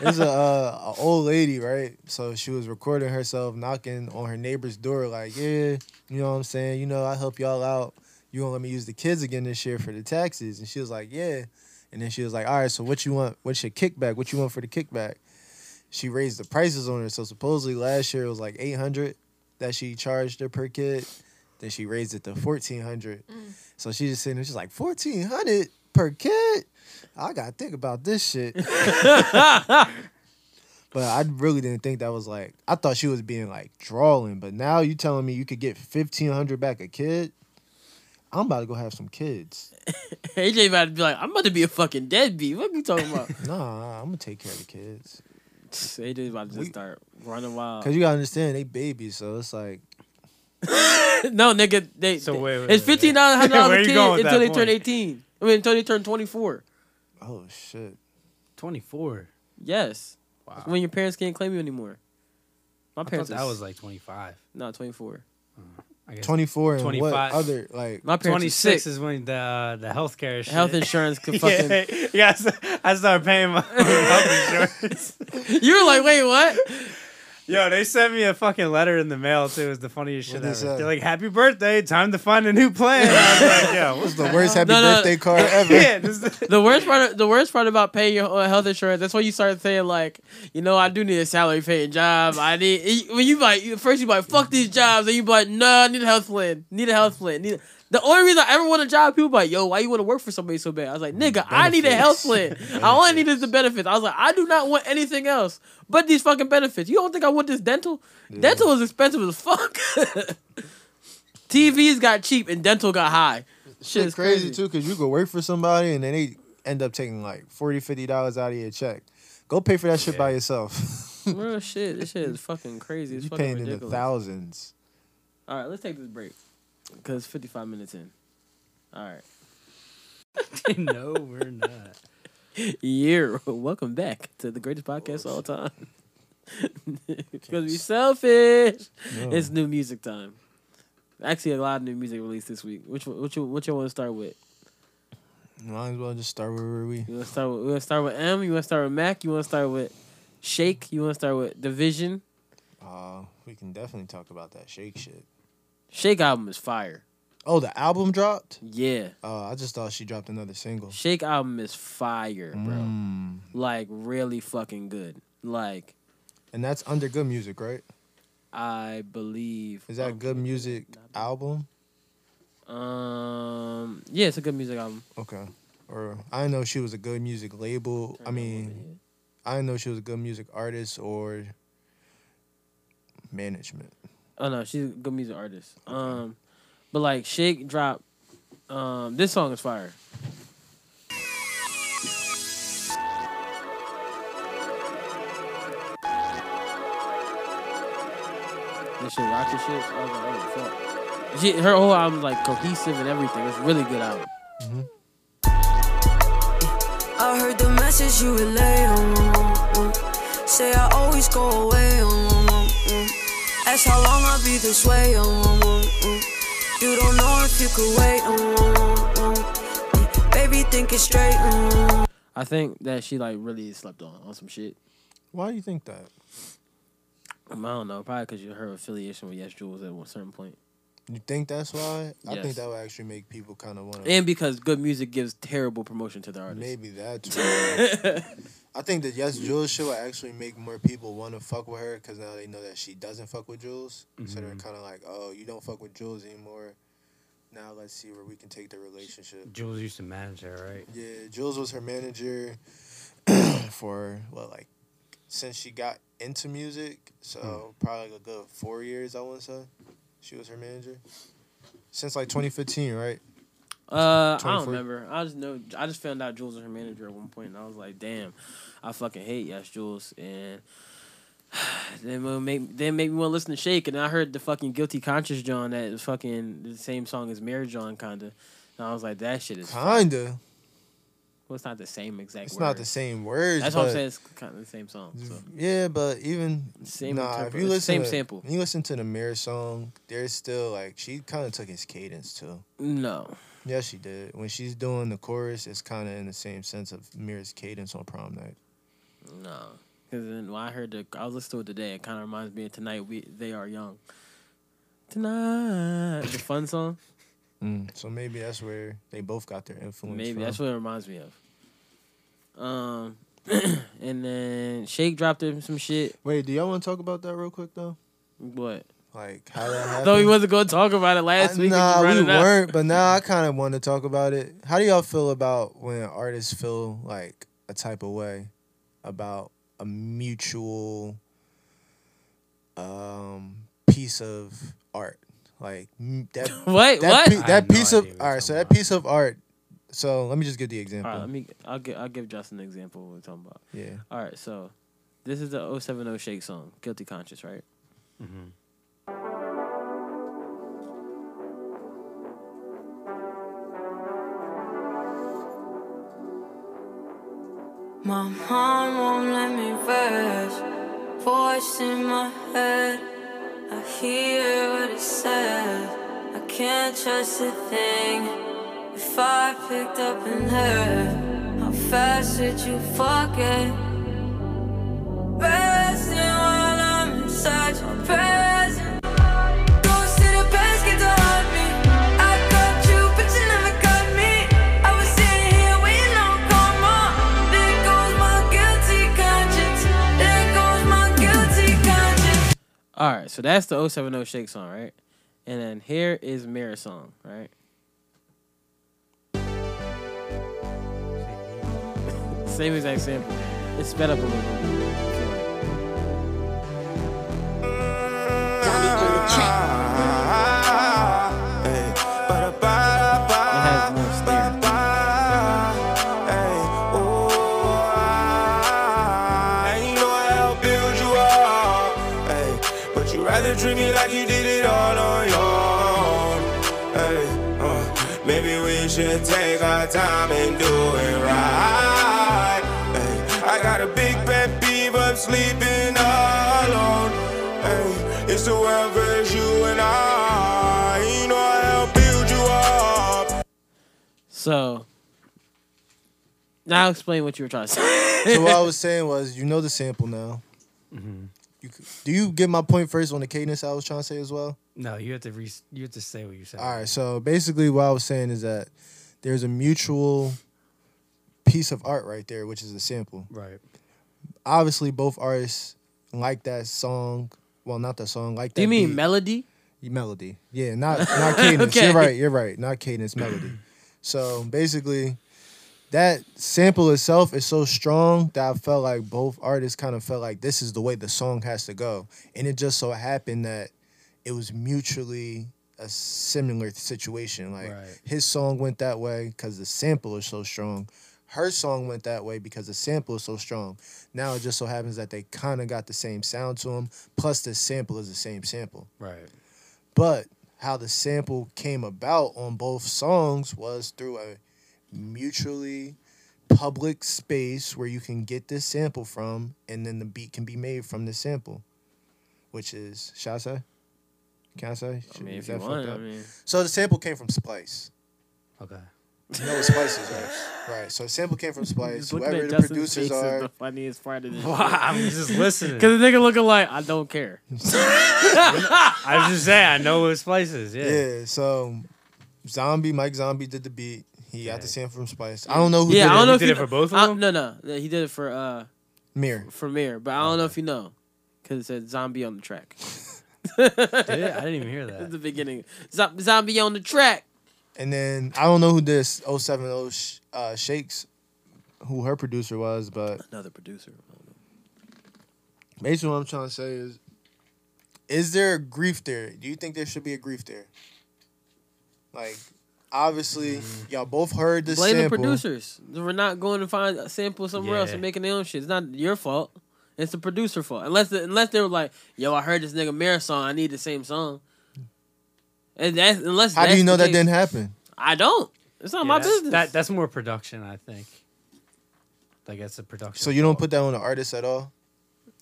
There's a, uh, a old lady, right? So she was recording herself knocking on her neighbor's door, like, yeah, you know what I'm saying? You know, I help y'all out. You gonna let me use the kids again this year for the taxes? And she was like, yeah. And then she was like, all right, so what you want? What's your kickback? What you want for the kickback? She raised the prices on her. So supposedly last year it was like 800 that she charged her per kid. Then she raised it to 1400. So she just sitting there, she's like, 1400 per kid? I gotta think about this shit. But I really didn't think that was like I thought she was being like drawling, but now you telling me you could get fifteen hundred back a kid? I'm about to go have some kids. AJ about to be like, I'm about to be a fucking deadbeat. What you talking [LAUGHS] about? Nah, I'm gonna take care of the kids. AJ about to just We- start running wild. Cause you gotta understand they babies, so it's like [LAUGHS] no, nigga, they, So they- wait, wait, it's wait, wait. fifteen dollars [LAUGHS] Where a you kid going with until that they turn point? eighteen. I mean, until they turn twenty four. oh shit. Twenty four. Yes, Wow. when your parents can't claim you anymore. My I thought parents that was like twenty five. no twenty four. I guess Twenty four and what 25. other like My parents twenty was six sick. is when the uh, the healthcare shit. health insurance [LAUGHS] could fucking. yeah, yeah, I st- [LAUGHS] I started paying my own health insurance. You were like, wait, what? Yo, they sent me a fucking letter in the mail too. It was the funniest shit What'd they ever. say? They're like, "Happy birthday! Time to find a new plan." And I was like, [LAUGHS] "Yo, it's the worst happy No, no. birthday [LAUGHS] card ever. yeah, this is- [LAUGHS] The worst part, the worst part about paying your uh, health insurance, that's why you start saying like, you know, I do need a salary paying job. I need when you like you- first you like fuck these jobs, and you be like, no, I need a health plan, need a health plan. Need a... The only reason I ever want a job, people be like, yo, why you want to work for somebody so bad? I was like, nigga, I need a health plan. [LAUGHS] I only need is the benefits. I was like, I do not want anything else but these fucking benefits. You don't think I want this dental? Dental is expensive as fuck. [LAUGHS] TVs got cheap and dental got high. Shit Shit's is crazy, crazy. too, cause you go work for somebody and then they end up taking like 40 dollars out of your check. Go pay for that shit by yourself. [LAUGHS] Real shit. This shit is fucking crazy. It's you fucking paying in the ridiculous. thousands. All right, let's take this break because 55 minutes in. All right. [LAUGHS] no, [LAUGHS] we're not. year. Welcome back to the greatest podcast of all time. [LAUGHS] Because we selfish. It's new music time. Actually, a lot of new music released this week. Which one- which one- which you want to start with? Might as well just start where were we? You want to start with we want to start with M. You want to start with Mac. You want to start with Shake. You want to start with Division. Uh, we can definitely talk about that Shake shit. Shake album is fire. Oh, the album dropped. Yeah, Uh, I just thought she dropped another single. Shake album is fire, bro. Mm. Like really fucking good. Like And that's under Good Music, right? I believe Is that um, Good Music album? Um, yeah, it's a good music album. Okay. Or I know she was a Good Music label. I mean, I know she was a Good Music artist or management. Oh no, she's a good music artist. Um, but like Shake Drop, um, this song is fire. This shit, rocket shit. I was like, oh fuck. She, her whole album's like cohesive and everything. It's a really good album. I heard the message you relay. mm, mm, mm. Say I always go away. mm, mm, mm. Ask how long I'll be this way. mm, mm, mm, mm. You don't know if you could wait. mm, mm, mm, mm. Baby, think it straight. mm, mm, mm. I think that she like really slept on on some shit. Why do you think that? Um, I don't know, probably because her affiliation with Yes Jules at a certain point. You think that's why? I Yes. think that would actually make people kind of want to. And because good music gives terrible promotion to the artist. Maybe that's why. [LAUGHS] I think that yes, Jules shit will actually make more people want to fuck with her because now they know that she doesn't fuck with Jules. So Mm-hmm. they're kind of like, oh, you don't fuck with Jules anymore. Now let's see where we can take the relationship. Jules used to manage her, right? Yeah, Jules was her manager [CLEARS THROAT] for what like since she got into music, so Hmm. probably like a good four years I want to say. She was her manager since like 2015, right? Uh, I don't 24. remember. I just know. I just found out Jules was her manager at one point, and I was like, "Damn, I fucking hate Yes Jules." And [SIGHS] then will make then make me want to listen to Shake. And I heard the fucking Guilty Conscious John that is fucking the same song as Mary John kinda. And I was like, "That shit is well, Kinda. it's not the same exact. It's word. not the same words. That's what I'm but- saying. It's kind of the same song. So. Yeah, but even Same nah, if tempo- you listen same to, sample. when you listen to the mirror song, there's still like she kind of took his cadence too. No, Yeah, she did. When she's doing the chorus, it's kind of in the same sense of mirror's cadence on prom night. no. Because then when I heard the, I was listening to it today. It kind of reminds me of tonight. We they are young. Tonight, the fun song. So maybe that's where they both got their influence. Maybe that's from. what it reminds me of. Um, [CLEARS THROAT] and then Shake dropped him some shit. Wait, do y'all want to talk about that real quick though? What? Like how that [LAUGHS] happened? Though we wasn't gonna talk about it last I- week. Nah, and we you brought it up. weren't. But now I kind of want to talk about it. How do y'all feel about when artists feel like a type of way about a mutual um, piece of art? Like m- that. [LAUGHS] What? That, what? pi- I that have no piece idea of what all you're right. So talking that piece of art. So let me just give the All example. right, let me. I'll give. I'll give Justin an example of what we're talking about. yeah. All right, so this is the 070 Shake song, "Guilty Conscious," right? My mom won't let me rest. Voice in my head. I hear what it says. I can't trust a thing. If I picked up and left, how fast would you forget? Resting while I'm inside your presence. Goes to the basket to haunt me. I got you, but you never got me. I was sitting here waiting on karma. There goes my guilty conscience. There goes my guilty conscience. All right, so that's the 070 Shake song, right? And then here is Mirror song, right? [LAUGHS] Same exact sample. It's sped up a little bit. It has more snare. Treat me like you did it all on your own. Hey, uh, maybe we should take our time and do it right. Ay, I got a big pet peeve of sleeping alone. Ay, It's the world versus you and I. You know I'll build you up. So now explain what you were trying to say. [LAUGHS] [LAUGHS] So what I was saying was, you know the sample now. You c do you get my point first on the cadence I was trying to say as well? No, you have to re- you have to say what you said. All right. So basically, what I was saying is that there's a mutual piece of art right there, which is a sample. Right. Obviously, both artists like that song. Well, not that song. Like that. Do you mean beat. melody? melody? Yeah, not not cadence. Okay. You're right. You're right. Not cadence. Melody. So basically, that sample itself is so strong that I felt like both artists kind of felt like this is the way the song has to go, and it just so happened that it was mutually a similar situation. Like Right. his song went that way because the sample is so strong. Her song went that way because the sample is so strong. Now it just so happens that they kind of got the same sound to them. Plus, the sample is the same sample Right. but how the sample came about on both songs was through a mutually public space where you can get this sample from and then the beat can be made from the sample which is shall I say can I say I mean, if Is you that want, I fucked up? mean, so the sample came from Splice Okay. you know what Splice is right [LAUGHS] right so the sample came from Splice just looking whoever at the Justin's producers face is are the funniest part of this. [LAUGHS] [LAUGHS] Wow, I'm [LAUGHS] just listening. Because the nigga looking like I don't care. I was just saying, I know what Splice is. Yeah. yeah so Zombie Mike Zombie did the beat he got Yeah. the sample from Splice I don't know who yeah, did I don't it know He if did you it know- for both of I- them? No, no, no, he did it for uh Mir for Mir, but I don't know if you know because it said zombie on the [LAUGHS] track. Did it? I didn't even hear [LAUGHS] At that. the beginning, Zo- zombie on the track. And then I don't know who this 070 sh- uh, Shakes, who her producer was, but Another producer. I don't know. basically what I'm trying to say is, is there a grief there? Do you think there should be a grief there? Like, obviously, y'all both heard this Mm. Blame sample. the producers. We're not going to find a sample somewhere else Yeah. and making their own shit. It's not your fault. It's the producer fault. Unless the, unless they were like, "Yo, I heard this nigga Mir song. I need the same song." And that's unless How do that's you know the that case- didn't happen? I don't. It's not Yeah, my that's, business. That, that's more production, I think. Like, that's a production. So you don't fault. put that on the artist at all?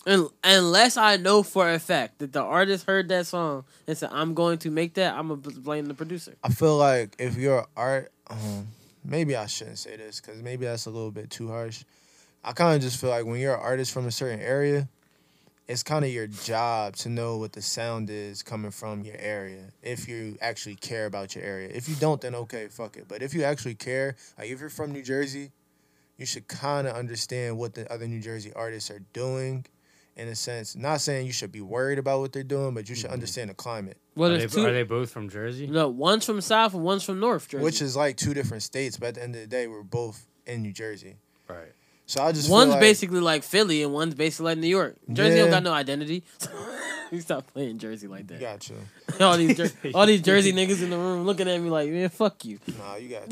Un- unless I know for a fact that the artist heard that song and said, "I'm going to make that," I'm gonna blame the producer. I feel like if you're an art, um, maybe I shouldn't say this because maybe that's a little bit too harsh. I kind of just feel like when you're an artist from a certain area, it's kind of your job to know what the sound is coming from your area. If you actually care about your area, if you don't, then okay, fuck it. But if you actually care, like if you're from New Jersey, you should kind of understand what the other New Jersey artists are doing. In a sense, not saying you should be worried about what they're doing, but you should understand the climate. Well, Are there's they, are two. they both from Jersey? No, one's from South and one's from North Jersey. which is like two different states. But at the end of the day, we're both in New Jersey. Right. So I just feel one's like- basically like Philly and one's basically like New York. Jersey don't Yeah. got no identity. [LAUGHS] you stop playing Jersey like that. Got you. all these Jer- all these [LAUGHS] Jersey niggas in the room looking at me like, man, fuck you. Nah, you got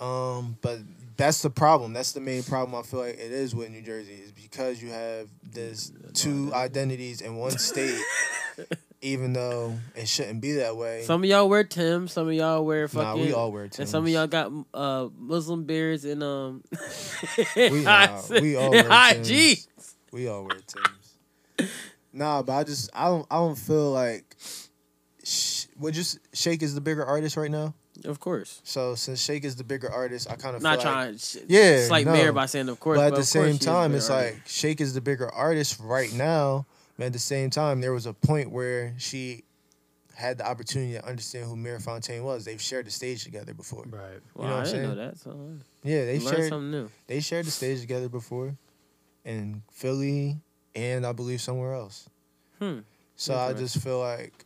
[LAUGHS] um, but that's the problem. That's the main problem. I feel like it is with New Jersey is because you have this two identities in one [LAUGHS] state, even though it shouldn't be that way. Some of y'all wear Tim, some of y'all wear nah, fucking. we all wear And some of Timbs. y'all got uh, Muslim beards and um. [LAUGHS] We, nah, we all wear and high G. Timbs. We all wear Timbs. Nah, but I just I don't I don't feel like. Sh- would you s- Shake is the bigger artist right now? Of course. So since Shake is the bigger artist, I kind of Not feel like, trying to sh- Yeah, slight no. mayor by saying of course. but at of the course she same is time, better it's already. like Shake is the bigger artist right now. But at the same time, there was a point where she had the opportunity to understand who Mira Fontaine was. They've shared the stage together before. Right. Well, know I what I'm didn't know saying? that. So I Yeah, they learned shared something new. they shared the stage together before, in Philly and I believe somewhere else. Hmm. So I Interesting. just feel like,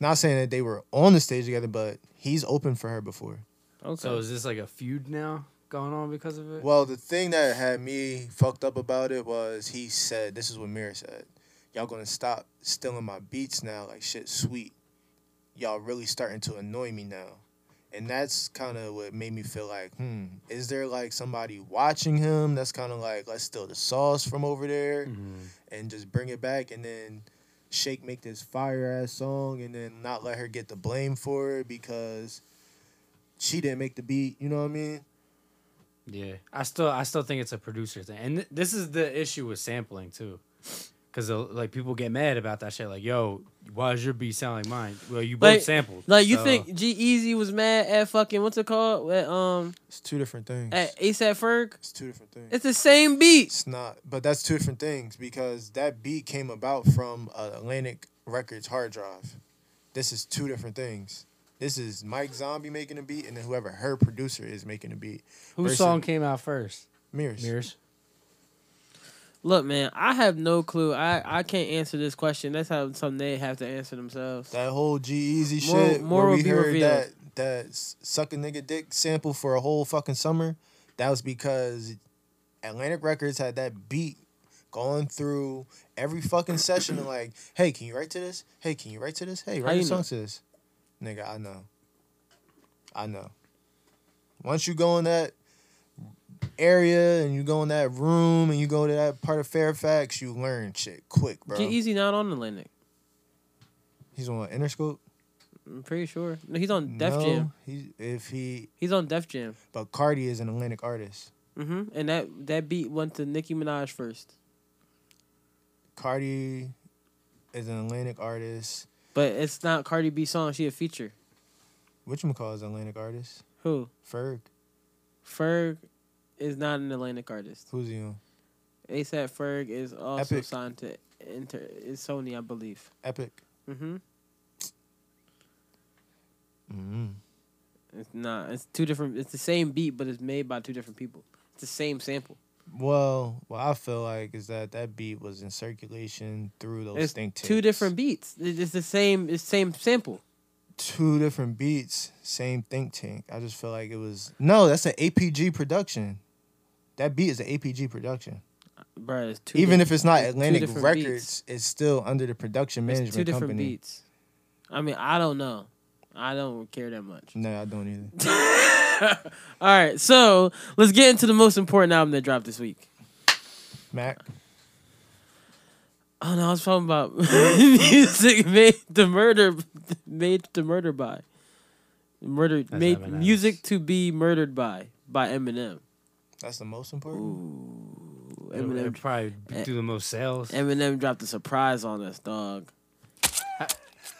not saying that they were on the stage together, but he's open for her before. Okay. So is this like a feud now going on because of it? Well, the thing that had me fucked up about it was he said, "This is what Mira said. Y'all gonna stop stealing my beats now? Like shit, sweet. Y'all really starting to annoy me now." And that's kind of what made me feel like, hmm, is there like somebody watching him? That's kind of like, let's steal the sauce from over there and just bring it back, and then Shake make this fire ass song, and then not let her get the blame for it because she didn't make the beat. You know what I mean? Yeah, I still I still think it's a producer thing, and th- this is the issue with sampling too, because like people get mad about that shit. Like, yo, why is your beat sound like mine? Well, you both Like- sampled. Like you so- think G Easy was mad at fucking what's it called? At, um It's two different things. at ASAP Ferg? It's two different things. It's the same beat. It's not, but that's two different things because that beat came about from uh, Atlantic Records hard drive. This is two different things. This is Mike Zombie making a beat, and then whoever her producer is making a beat. whose versus- song came out first? Mirrors. Mirrors. Look, man, I have no clue. I I can't answer this question. That's how something they have to answer themselves. That whole G Easy Moral- shit. moral where we be heard revealed. that that s- suck a nigga dick sample for a whole fucking summer. That was because Atlantic Records had that beat going through every fucking session and like, hey, can you write to this? Hey, can you write to this? Hey, you write a song know? to this. Nigga, I know. I know. Once you go in that area and you go in that room and you go to that part of Fairfax, you learn shit quick, bro. G Easy not on Atlantic. He's on Interscope. I'm pretty sure. No, he's on Def Jam. He, if he, He's on Def Jam. but Cardi is an Atlantic artist. hmm And that that beat went to Nicki Minaj first. Cardi is an Atlantic artist. But it's not Cardi B song. She a feature. Which one calls Atlantic artist? Who? Ferg. Ferg is not an Atlantic artist. Who's he on? ASAP Ferg is also Epic. signed to Inter is Sony, I believe. Epic. Mm-hmm. Mm. It's not. It's two different. It's the same beat, but it's made by two different people. It's the same sample. Well, what I feel like is that that beat was in circulation through those It's think two tanks. different beats. It- It's the same. It's same sample. two different beats, same think tank. I just feel like it was no. That's an APG production. That beat is an APG production. Bro, it's two. Even di- if it's not two Atlantic different Records, beats. it's still under the production management it's two different company. beats. I mean, I don't know. I don't care that much. No, I don't either. [LAUGHS] All right, so let's get into the most important album that dropped this week. Mac. Oh no, I was talking about [LAUGHS] music made the murder made the murder by murder That's made Eminem. music to be murdered by by Eminem. That's the most important. It'll- it'll Eminem probably Eh. do the most sales. Eminem dropped a surprise on us, dog.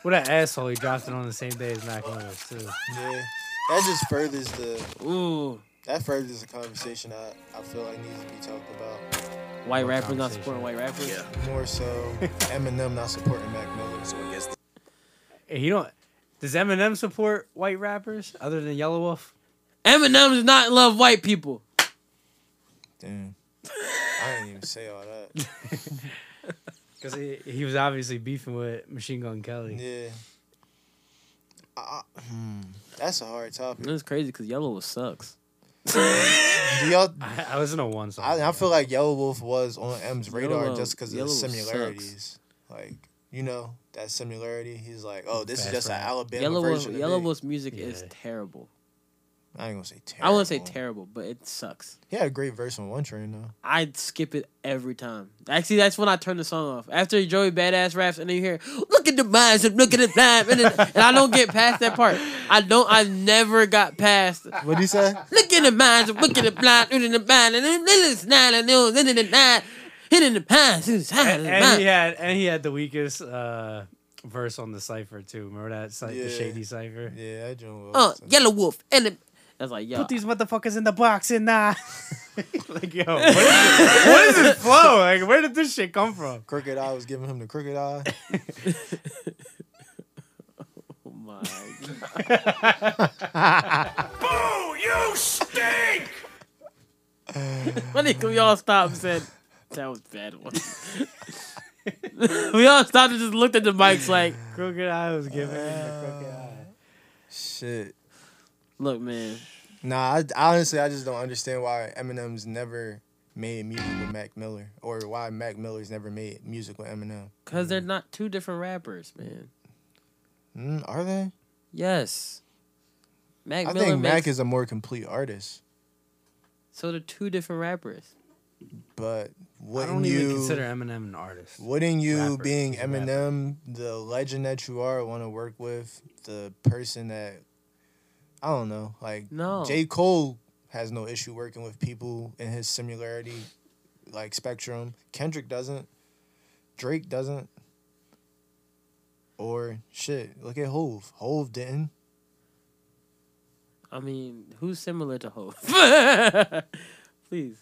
What an asshole! He dropped it on the same day as Mac Williams too. Yeah. That just furthers the Ooh, that furthers the conversation I, I feel like needs to be talked about. white What rappers not conversation. supporting white rappers. More [LAUGHS] so Eminem not supporting Mac Miller. So I guess And he don't. Does Eminem support white rappers other than Yellow Wolf? Eminem does not love white people. damn. I didn't even say all [LAUGHS] that. Because he, he was obviously beefing with Machine Gun Kelly. Yeah. I- I- hmm. That's a hard topic. It's crazy because Yellow Wolf sucks. Do y'all? [LAUGHS] I, I listened to one song. I, I feel like Yellow Wolf was on M's radar Yellow- just because of Yellow the Wolf similarities. Like you know that similarity. He's like, oh, this Fast is just rap. an Alabama Yellow Wolf, version. of Yellow me. Wolf's music is Yeah. terrible. I ain't gonna say terrible. I wouldn't say terrible, but it sucks. He had a great verse on one train though. I'd skip it every time. Actually, that's when I turn the song off. After Joey Badass raps, and then you hear, look at the minds and look at the time. And, then, and I don't get past that part. I don't, I never got past, What'd he [LAUGHS] say? look at the minds and look at the blind, and the blind, and then it's nine, and then it's nine, and then the pines, and it's high, and and, and he the had and he had the weakest uh, verse on the cipher too. Remember that like Yeah. the shady cipher? Yeah, that joint was. Oh, Yellow Wolf, and the. I was like, yo. Put these motherfuckers in the box and uh, nah. [LAUGHS] like [LAUGHS] yo, what is, this, what is this flow? Like where did this shit come from? Crooked Eye was giving him the [LAUGHS] crooked eye. oh my God. [LAUGHS] Boo! You [LAUGHS] stink! I think we all stopped and said, that was a bad one. [LAUGHS] we all stopped and just looked at the mics like, Crooked Eye was giving Uh, him the crooked eye. Shit. look, man. Nah, I, honestly, I just don't understand why Eminem's never made music with Mac Miller, or why Mac Miller's never made music with Eminem. Because they're not two different rappers, man. Mm, are they? Yes. Mac I Miller think makes, Mac is a more complete artist, so they're two different rappers. but I wouldn't don't even you consider Eminem an artist. wouldn't you rapper. being He's a rapper. Eminem, the legend that you are, want to work with the person that I don't know. Like No. J. Cole has no issue working with people in his similarity like spectrum. Kendrick doesn't. Drake doesn't. Or shit, look at Hove. Hove didn't. I mean, who's similar to Hope? [LAUGHS] Please.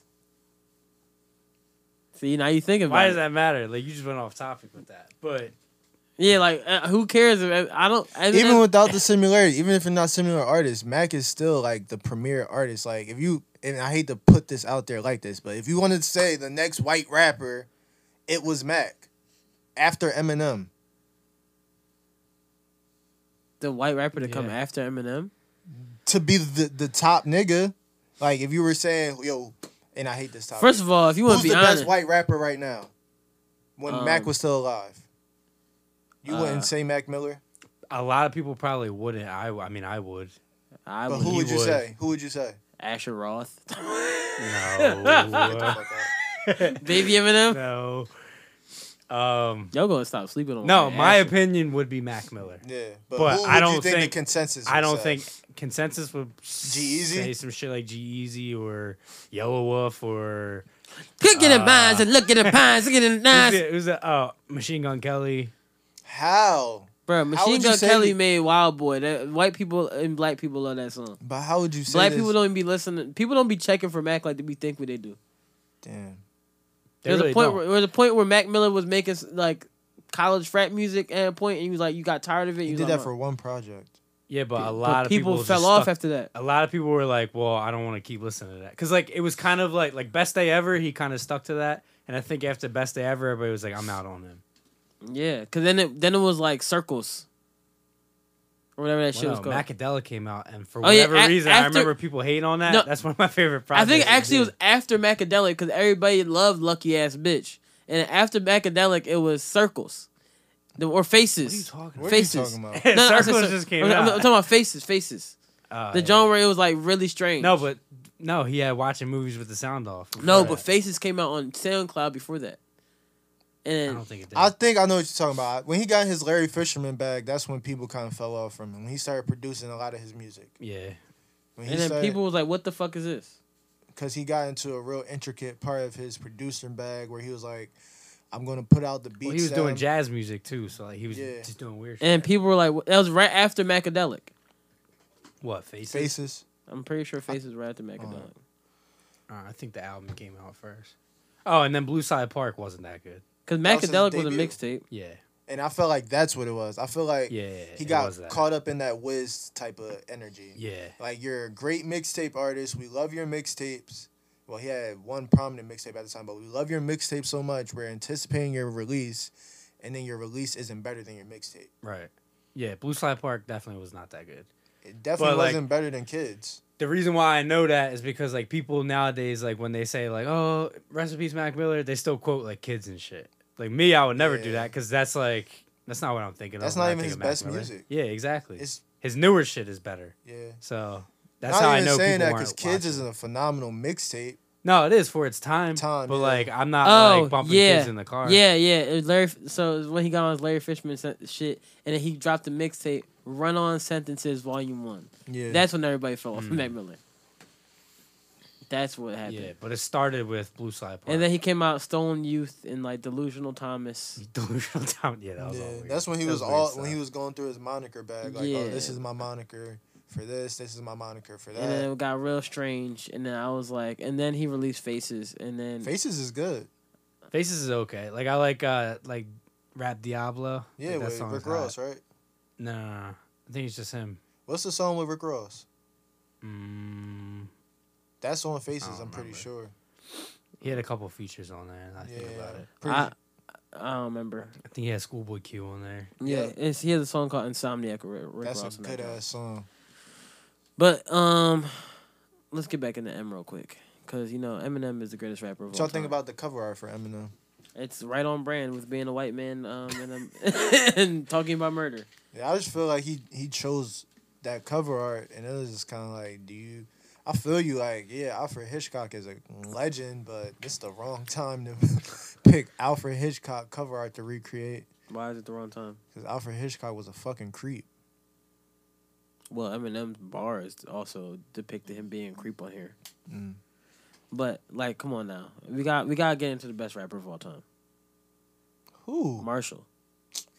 See, now you think about Why it. does that matter? Like you just went off topic with that. But Yeah, like uh, who cares? If, I don't. I even [LAUGHS] without the similarity, even if they're not similar artists, Mac is still like the premier artist. Like if you and I hate to put this out there like this, but if you wanted to say the next white rapper, it was Mac after Eminem. the white rapper to come Yeah. after Eminem. to be the, the top nigga. Like if you were saying, yo, and I hate this topic. First of all, if you want who's to be the honest, best white rapper right now? When Mac Um, was still alive, you uh, wouldn't say Mac Miller, a lot of people probably wouldn't. I I mean I would. [LAUGHS] I but would. who he would you would. say? Who would you say? Asher Roth, [LAUGHS] No. Fuck baby Eminem. no. Um Y'all gonna stop sleeping on no, my my Asher. opinion would be Mac Miller. yeah, but, But who would I you think, don't think- the consensus? I would don't say? think consensus would G-Eazy? say some shit like G Easy or Yellow Wolf or Cooking the vines and looking [LAUGHS] the pines, looking the who's nines. it? Who's it? Oh, Machine Gun Kelly. how, Bro, Machine would you Gun say Kelly that- made Wild Boy. That, white people and black people love that song. but how would you say Black this? people don't be listening. People don't be checking for Mac like we think what they do. Damn, They There's really a point. don't. Where, there was a point where Mac Miller was making like college frat music at a point, and he was like, "You got tired of it." you was did like, that for one project. yeah, but a But lot of people, people, fell just off stuck- after that. a lot of people were like, "Well, I don't want to keep listening to that," because like it was kind of like like best day ever. He kind of stuck to that, and I think after best day ever, everybody was like, "I'm out on him." Yeah, because then it then it was like circles or whatever that shit Well, was no, called. Macadella came out, and for Oh, yeah, whatever a- reason, I after- remember people hate on that. No. That's one of my favorite I projects. think he actually it did. was after Macadelic because everybody loved Lucky Ass Bitch, and after Macadelic it was circles, The- or What are you faces. talking What about? Faces. are you talking about? [LAUGHS] No, [LAUGHS] no, I said [LAUGHS] Circles cir- just came I'm, I'm- I'm out. talking about faces, faces. Uh, The yeah. genre it was like really strange. No, but no, he had watching movies with the sound off. before no, that. but faces came out on SoundCloud before that, I and don't think it did. I think I know what you're talking about. When he got his Larry Fisherman bag, that's when people kind of fell off from him. When he started producing a lot of his music. yeah, When he and then started- people was like, "What the fuck is this?" because he got into a real intricate part of his producing bag where he was like, "I'm gonna put out the beats." well, he was that doing I'm- jazz music too, so like he was Yeah. just doing weird. And shit. people were like, "That was right after Macadelic." what faces? faces. I'm pretty sure faces right after Oh. Macadelic. Uh, I think the album came out first. Oh, and then Blue Side Park wasn't that good. Because That was his Macadelic was a debut. mixtape. Yeah. And I felt like that's what it was. I feel like Yeah, he it got was that. caught up in that whiz type of energy. Yeah. Like you're a great mixtape artist. We love your mixtapes. Well, he had one prominent mixtape at the time, but we love your mixtape so much. We're anticipating your release, and then your release isn't better than your mixtape. Right. Yeah, Blue Slide Park definitely was not that good. It definitely But, like- wasn't better than Kids. The reason why I know that is because like people nowadays like when they say like oh recipes Mac Miller they still quote like kids and shit. Like me, I would never do Yeah. that because that's like that's not what I'm thinking. That's of when not I even think his of Mac best Miller. music. Yeah, exactly. It's his newer shit is better. yeah. So that's Not how I even know saying people that weren't Kids watching. is a phenomenal mixtape. no, it is for its time. Time, but yeah. like I'm not Oh, like bumping yeah. kids in the car. Yeah, yeah. It was Larry. So it was when he got on his Larry Fishman sent- shit, and then he dropped the mixtape "Run On Sentences" Volume One. Yeah. That's when everybody fell Mm. off Mac Miller. That's what happened. yeah. But it started with Blue Slide Park. And then he came out Stolen Youth and like Delusional Thomas. [LAUGHS] delusional town. Yeah, that was yeah, all weird. that's when he That was weird all stuff. when he was going through his moniker bag. Like, oh, this Yeah. is my moniker for this. This is my moniker for And then that. it got real strange. And then I was like, and then he released Faces. And then Faces is good. Faces is okay. Like I like uh like rap Diablo. Yeah, like, that with song Rick is hot. Ross, right? No, no, no, no. I think it's just him. What's the song with Rick Ross? Mm, That's on I Faces. don't I'm pretty remember. sure. he had a couple features on there. and I think Yeah, about it. pretty, I, I don't remember. I think he had Schoolboy Q on there. Yeah, Yeah. It's, he has a song called Insomniac. with Rick that's Ross a and that good guy. ass song. But um, let's get back into M real quick, cause you know Eminem is the greatest rapper of What all y'all time. think about the cover art for Eminem? It's right on brand with being a white man um [LAUGHS] and, a- and talking about murder. Yeah, I just feel like he he chose that cover art, and it was just kind of like, do you? I feel you, like yeah, Alfred Hitchcock is a legend, but it's the wrong time to [LAUGHS] pick Alfred Hitchcock cover art to recreate. Why is it the wrong time? Because Alfred Hitchcock was a fucking creep. Well, Eminem's bars also depicted him being a creep on here. Mm. But like, come on now, we got we gotta get into the best rapper of all time, Who? Marshall.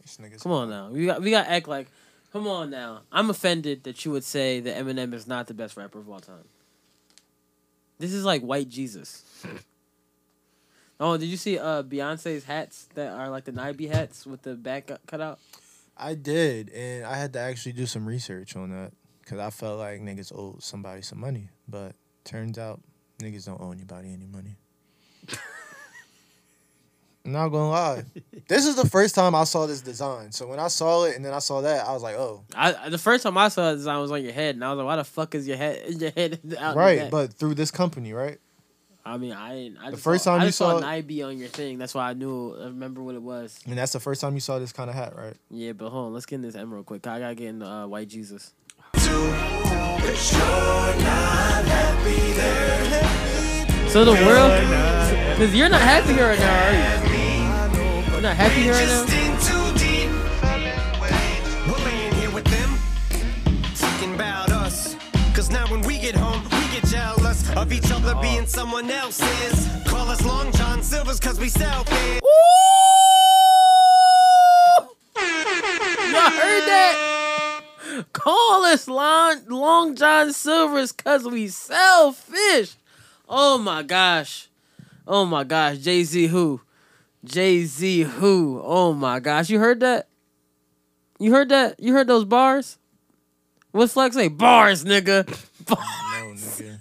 This nigga's Come on now, we got we got to act like. Come on now, I'm offended that you would say that Eminem is not the best rapper of all time. This is like white [LAUGHS] Jesus. oh, did you see uh Beyonce's hats that are like the Nibie hats with the back cut- cut out? I did, and I had to actually do some research on that because I felt like niggas owed somebody some money, but turns out niggas don't owe anybody any money. I'm not [LAUGHS] gonna lie, this is the first time I saw this design. So when I saw it and then I saw that, I was like, oh, I the first time I saw the design was on your head, and I was like, "Why the fuck is your head [LAUGHS] your head out?" right. But through this company, right? I mean, I didn't- I The just first saw, time I you just saw, saw Nibie on your thing. That's why I knew. I remember what it was. And that's the first time you saw this kind of hat, right? Yeah, but hold on, let's get in this M real quick. I gotta get in the uh, White Jesus. So the world, because you're not happy here right now, are you? You're not happy here right now. We're laying here with them, talking about us. Cause now when we get home, we get jealous of each other being someone else's. Call us Long John Silvers cause we selfish. Y'all heard that? Call us Long, Long John Silvers because we sell fish. Oh my gosh. Oh my gosh. Jay Z who? Jay Z who? Oh my gosh. You heard that? You heard that? You heard those bars? What's Flex say? Bars, nigga. [LAUGHS] Bars. No,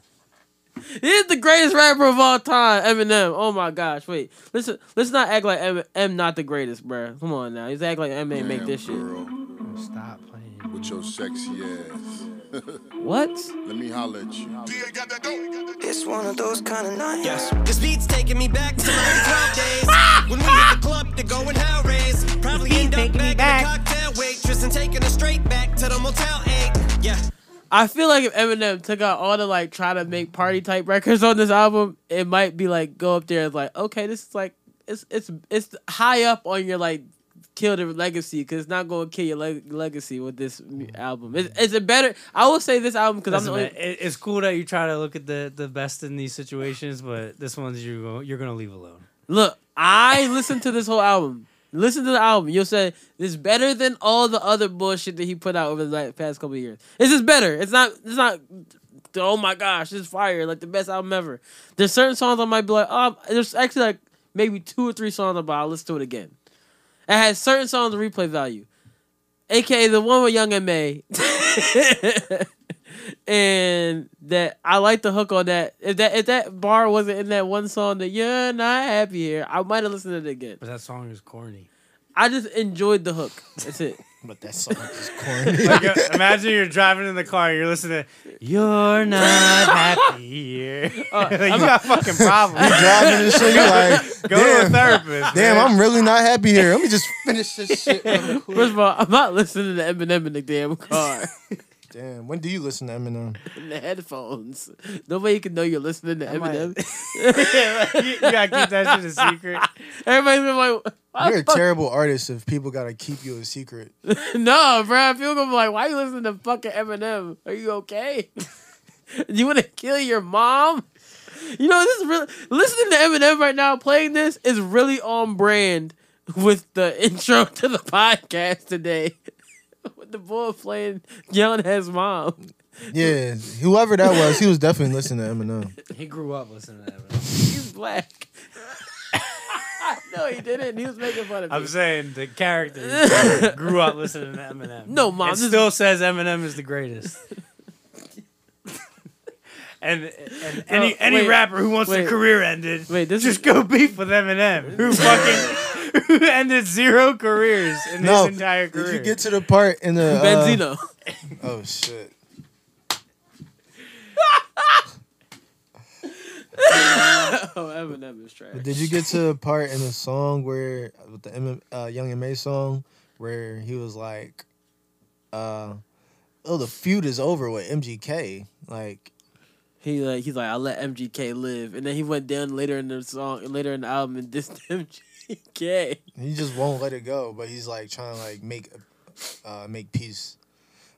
nigga. He's the greatest rapper of all time, Eminem. Oh my gosh, wait. Listen, let's not act like M, M not the greatest, bruh. Come on now. He's act like M ain't make this shit. Stop playing. with your sexy ass. What? Let me holler at you. It's one of those kind of nights. Yes. This beat's taking me back to my club days. when we hit the club to go and hell raise. Probably end up back, at the cocktail waitress and taking us straight back to the motel 8. Yeah. I feel like if Eminem took out all the like try to make party type records on this album, it might be like go up there and like okay, this is like it's it's it's high up on your like kill the legacy because it's not going to kill your leg- legacy with this mu- album. Is is it better? I will say this album because I'm the Listen, man, only, it, it's cool that you try to look at the, the best in these situations, but this one's you go- you're gonna leave alone. look. I listened to this whole album. Listen to the album. You'll say this is better than all the other bullshit that he put out over the la- past couple of years. It's just better. It's not. It's not oh my gosh, this is fire, like the best album ever. There's certain songs I might be like, oh, there's actually like maybe two or three songs about. I'll listen to it again. It has certain songs of replay value, aka the one with Young and May, [LAUGHS] and that I like the hook on that. If that if that bar wasn't in that one song that you're not happy here, I might have listened to it again. But that song is corny. I just enjoyed the hook. That's it. But that song is corny. [LAUGHS] Like, uh, imagine you're driving in the car and you're listening to You're Not Happy [LAUGHS] Here. Like, you got fucking [LAUGHS] problems. [LAUGHS] Driving and shit, you like, [LAUGHS] Go to a damn, therapist. damn, man. I'm really not happy here. Let me just finish this shit. real quick. First of all, I'm not listening to Eminem in the damn car. Damn, when do you listen to Eminem? in the headphones. Nobody can know you're listening to might- Eminem. [LAUGHS] you, you gotta keep that shit a secret. Everybody's been like, why You're the a fuck? terrible artist if people gotta keep you a secret. no, bro. I feel gonna be like, why you listening to fucking Eminem? Are you okay? [LAUGHS] you want to kill your mom? You know, this is really listening to Eminem right now. Playing this is really on brand with the [LAUGHS] intro to the podcast today. [LAUGHS] with the boy playing, yelling at his mom. Yeah, whoever that was, he was definitely listening to [LAUGHS] Eminem. He grew up listening to that. He's black. [LAUGHS] no, he didn't. He was making fun of me. I'm saying [LAUGHS] the character grew up listening to Eminem. No, Mom, And this- still says Eminem is the greatest. and and any any Oh, wait, rapper who wants wait. their career ended, Wait, this just is- go beef with Eminem, [LAUGHS] who fucking who ended zero careers in No, his entire career. Did you get to the part in the uh, Benzino. [LAUGHS] Oh shit. Oh, Eminem is trash. Did you get to the part in the song where with the M- uh, Young and May song where he was like, uh, "Oh, the feud is over with MGK." Like, He like he's like I let MGK live, and then he went down later in the song, later in the album, and dissed [LAUGHS] MGK. he just won't let it go, but he's like trying to like make, uh, make peace.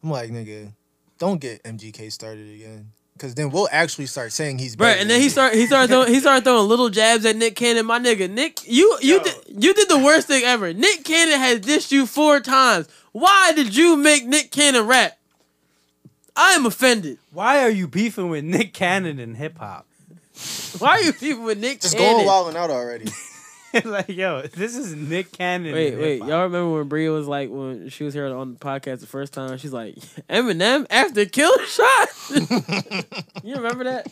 I'm like, nigga, don't get MGK started again, because then we'll actually start saying he's Bruh, and better than then he you. started he started throwing, he started throwing little jabs at Nick Cannon. My nigga, Nick, you you did you did the worst thing ever. Nick Cannon has dissed you four times. Why did you make Nick Cannon rap? I am offended. [LAUGHS] Why are you beefing with Nick Cannon in hip hop? [LAUGHS] Why are you beefing with Nick Just Cannon? going wild and out already. like, yo, this is Nick Cannon. Wait, in wait, hip-hop. y'all remember when Bria was like when she was here on the podcast the first time? She's like Eminem after kill [LAUGHS] shot. you remember that?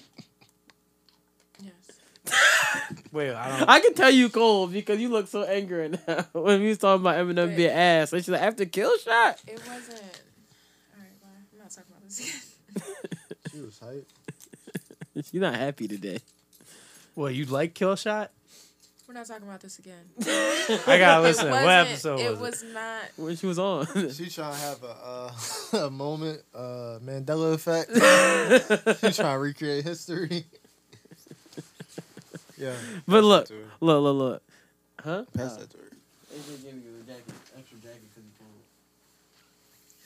Yes. Wait, I don't. I can tell you cold because you look so angry right now [LAUGHS] when we was talking about Eminem Wait. being ass. And she's like after kill shot. It wasn't. All right, bye. I'm not talking about this again. [LAUGHS] she was hype. [LAUGHS] She's not happy today. Well, you like Kill Shot? We're not talking about this again. I gotta listen. it What wasn't- episode was It it? was not. When she was on. She trying to have a uh, [LAUGHS] a moment, uh, Mandela effect. She trying to recreate history. [LAUGHS] yeah, But look, to her. look, look, look. Huh? pass that to her.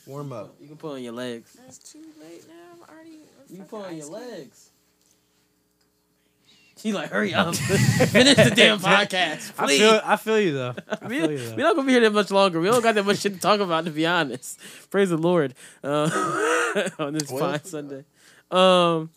Warm up. You can put on your legs. It's too late now. I'm already. I'm You can fucking put on your ice cream. legs. She like, hurry up. [LAUGHS] Finish the [LAUGHS] damn podcast. I Please. feel, I feel you though. [LAUGHS] I we, feel you we though. not gonna be here that much longer. We don't got that much shit to talk about, to be honest. Praise the Lord uh, [LAUGHS] on this Well, fine Sunday. Um,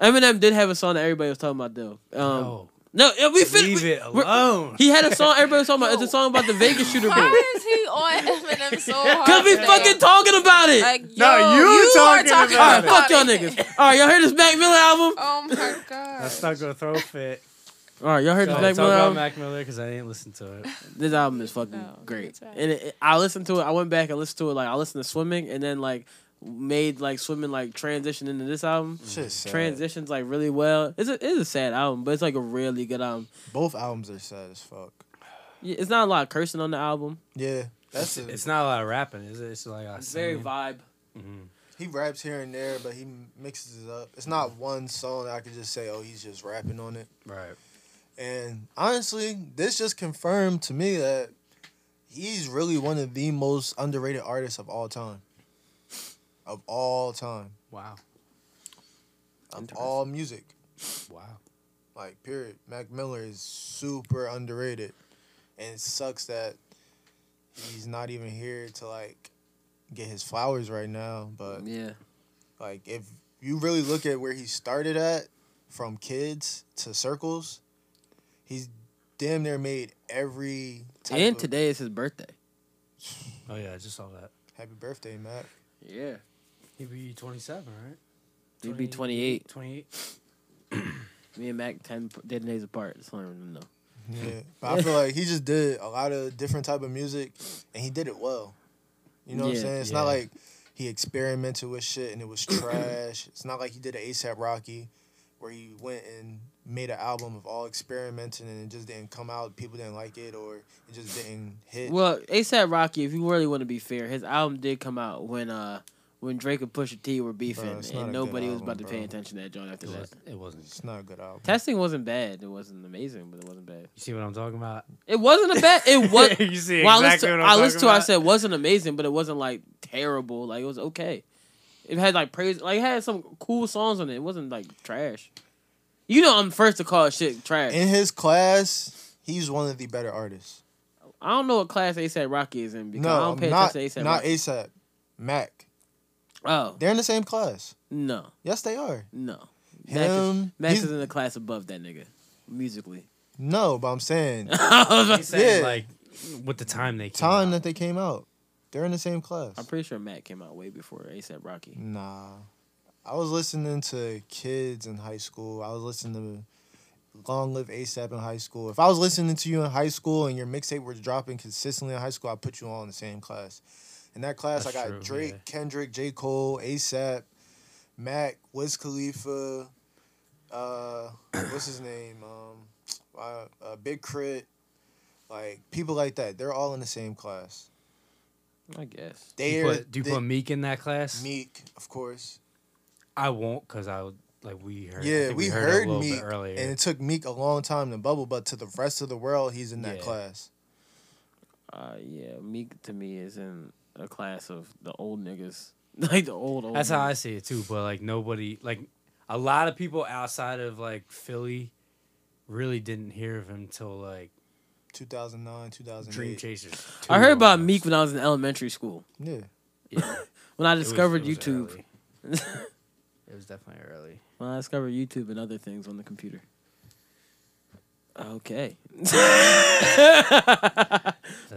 Eminem did have a song that everybody was talking about though. Um, Oh, no, yeah, we leave finished. it alone. [LAUGHS] He had a song everybody was talking about. It's a song about the Vegas shooter. boy. Why is he on Eminem so [LAUGHS] hard? Cause we today? fucking talking about it. Like, No, yo, you you talking are talking about it. about Alright, fuck y'all niggas. Alright, y'all heard this Mac Miller album? Oh my god. That's not gonna throw a fit. [LAUGHS] Alright, y'all heard Go, this Mac talk Miller about album? Mac Miller because I didn't listen to it. This album is fucking No, great. it's alright. And it, it- I listened to it. I went back and listened to it. Like I listened to swimming, and then like made like swimming like transition into this album. Shit's sad. Transitions like really well. It's a it's a sad album, but it's like a really good album. Both albums are sad as fuck. Yeah, It's not a lot of cursing on the album. Yeah, that's it. It's not a lot of rapping, is it? It's like a It's very singing. vibe. He raps here and there, but he mixes it up. It's not one song that I could just say, "Oh, he's just rapping on it." right. And honestly, this just confirmed to me that he's really one of the most underrated artists of all time. Of all time. Wow, Of all music. wow. Like, period. Mac Miller is super underrated. And it sucks that he's not even here to, like, get his flowers right now. But, Yeah. like, if you really look at where he started at, from kids to circles, he's damn near made every type And of- today is his birthday. Oh yeah, I just saw that. Happy [LAUGHS] birthday, Mac. Yeah. He'd be 27, right? He'd be 28. 28. Me and Mac 10, 10 days apart. That's all I remember. Yeah, but I feel like he just did a lot of different type of music, and he did it well. You know what Yeah, I'm saying? It's yeah. not like he experimented with shit and [COUGHS] it was trash. it's not like he did an ASAP Rocky, where he went and made an album of all experimenting and it just didn't come out. People didn't like it or it just didn't hit. Well, ASAP Rocky, if you really want to be fair, his album did come out when uh when Drake and Pusha T were beefing, it's not a and good nobody was about album, to pay bro. attention to that joint after It, that. was, it wasn't. it's not a good album. Testing wasn't bad. It wasn't amazing, but it wasn't bad. You see what I'm talking about? It wasn't a bad. It was. you see exactly well, I listened to, what I'm I, listened to talking it, I about? said it wasn't amazing, but it wasn't like terrible. Like it was okay. It had like praise. Like it had some cool songs on it. It wasn't like trash. You know, I'm first to call shit trash. In his class, he's one of the better artists. I don't know what class ASAP Rocky is in because I No, don't pay not attention to ASAP. not Rocky. ASAP. Mac. oh They're in the same class. no, Yes, they are. no. Max is, Him. Max he's- is in the class above that nigga musically. no, but [LAUGHS] I'm saying He said, Yeah. like, with the time they came time out. that they came out. They're in the same class. I'm pretty sure Matt came out way before ASAP Rocky. Nah. I was listening to kids in high school. I was listening to Long Live ASAP in high school. If I was listening to you in high school and your mixtape was dropping consistently in high school, I put you all in the same class. In that class, That's I got true, Drake, yeah. Kendrick, J. Cole, ASAP, Mac, Wiz Khalifa, uh, [COUGHS] what's his name? Um, uh, uh, Big Crit, like people like that. They're all in the same class. I guess. Do They you, put, do you they- put Meek in that class? Meek, of course. I won't because I would, like, we heard. I Yeah, think we, it a heard, little Meek, bit earlier. and it took Meek a long time to bubble, but to the rest of the world, he's in that Yeah. class. Uh, yeah, Meek to me is in a class of the old niggas [LAUGHS] Like the old old. That's how man. I see it too. But like nobody, like a lot of people outside of like Philly, really didn't hear of him till like 2009, 2008. Dream Chasers. I heard about Two. Meek when I was in elementary school. Yeah. Yeah, When I it was- discovered it was YouTube. [LAUGHS] early. It was definitely early. When I discovered YouTube and other things on the computer. Okay. So But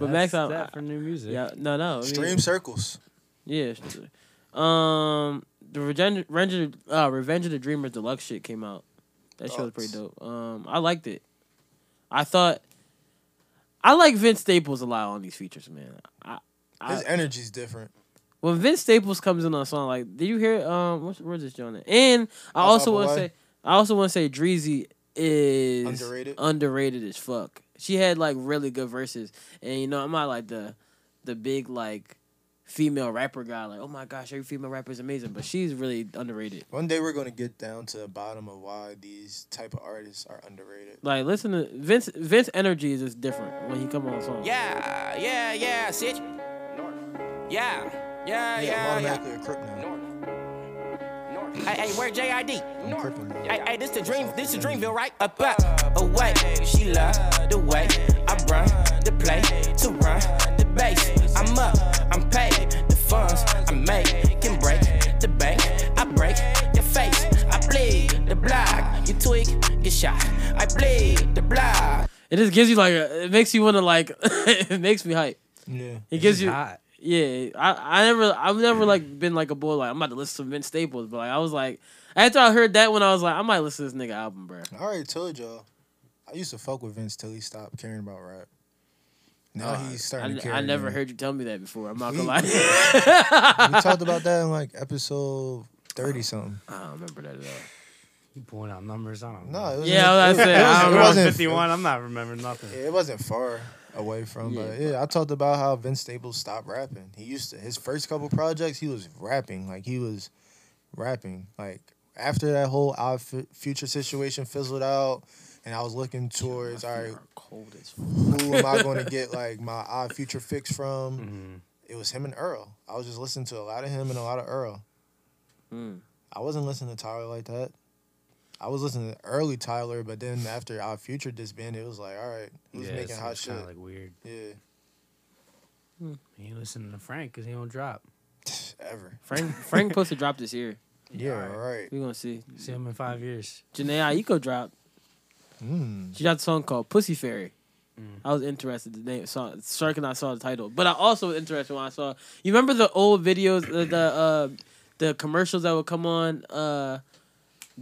Max, that's I- that for new music. Yeah. No. No. I mean- Stream circles. Yeah. sh- Um, the Revenge, Revenge, uh, Revenge of the Dreamers deluxe shit came out. That shit was pretty dope. Um, I liked it. I thought I like Vince Staples a lot on these features, man. I, I His energy's different. when Vince Staples comes in on a song, like, did you hear? Um, what's, where's this joint? at? And I Outside also want to Boy. say, I also want to say, Dreezy is Underrated. underrated as fuck. She had like really good verses, and you know, I'm not like the the big like female rapper guy. Like, oh my gosh, every female rapper is amazing, but she's really underrated. One day we're gonna get down to the bottom of why these type of artists are underrated. Like, listen to Vince. Vince energy is just different when he come on a song. Yeah, yeah, yeah, sit. Yeah, yeah, Yeah, yeah, I'm yeah. automatically a crip now. Hey, hey, where JID? I'm cripping now. Hey, hey, this the dream, this the Dreamville, right? Up, up, away. She love the way I run the play to run the base. I'm up, I'm paid. The funds I make can break the bank. I break your face. I bleed the block. You tweak, get shot. I bleed the block. It just gives you like a, it makes you want to like [LAUGHS] it makes me hype. Yeah. It gives you Hot. Yeah, I, I never I've never like been like a boy like I'm about to listen to Vince Staples, but like I was like after I heard that one I was like I might listen to this nigga album, bro. I already told y'all. I used to fuck with Vince till he stopped caring about rap. Now Uh, he's I, starting to I care. never again. heard you tell me that before. I'm not We- gonna lie. [LAUGHS] We talked about that in like episode thirty something. I don't remember that at all. You pulling out numbers? I don't know. No, it was Yeah, I was [LAUGHS] about to say, I don't We're know. on wasn't- 51. I'm not remembering nothing. Yeah, it wasn't far away from, but yeah, I talked about how Vince Staples stopped rapping. He used to his first couple projects, he was rapping like he was rapping like after that whole Odd Fu- future situation fizzled out, and I was looking towards all right, Cold as who am I going to get like my odd future fix from? Mm-hmm. It was him and Earl. I was just listening to a lot of him and a lot of Earl. Mm. I wasn't listening to Tyler like that. I was listening to early Tyler, but then after our future disbanded, it was like, all right, who's it's- making hot it's shit? kinda, like weird. yeah, He ain't listening to Frank because he don't drop. [LAUGHS] ever. Frank Frank supposed to drop this year. Yeah, all right. We gonna see. See him in five years. Janae Aiko dropped. Mm. She dropped a song called Pussy Fairy. I was interested. The name song. Shark and I saw the title, but I also was interested when I saw. You remember the old videos, the the, uh, the commercials that would come on uh,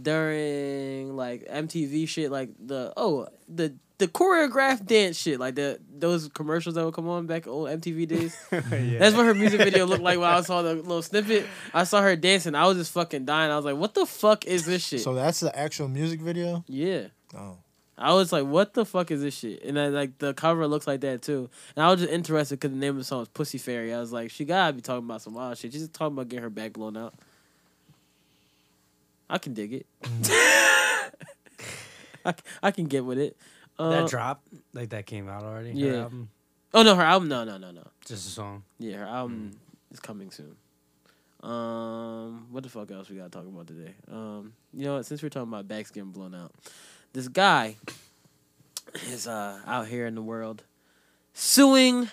during like MTV shit, like the oh the the choreographed dance shit, like the those commercials that would come on back in old MTV days. That's what her music video looked like when I saw the little snippet. I saw her dancing. I was just fucking dying. I was like, what the fuck is this shit? So that's the actual music video. yeah. Oh, I was like, "What the fuck is this shit?" And then like the cover looks like that too. And I was just interested because the name of the song was "Pussy Fairy." I was like, "She gotta be talking about some wild shit. She's just talking about getting her back blown out." I can dig it. [LAUGHS] I, c- I can get with it. Uh, that drop, like that came out already. her yeah. album, oh no, her album. No, no, no, no. just a song. Yeah, her album is coming soon. Um, what the fuck else we gotta talk about today? Um, you know what? Since we're talking about backs getting blown out, this guy [COUGHS] is uh out here in the world suing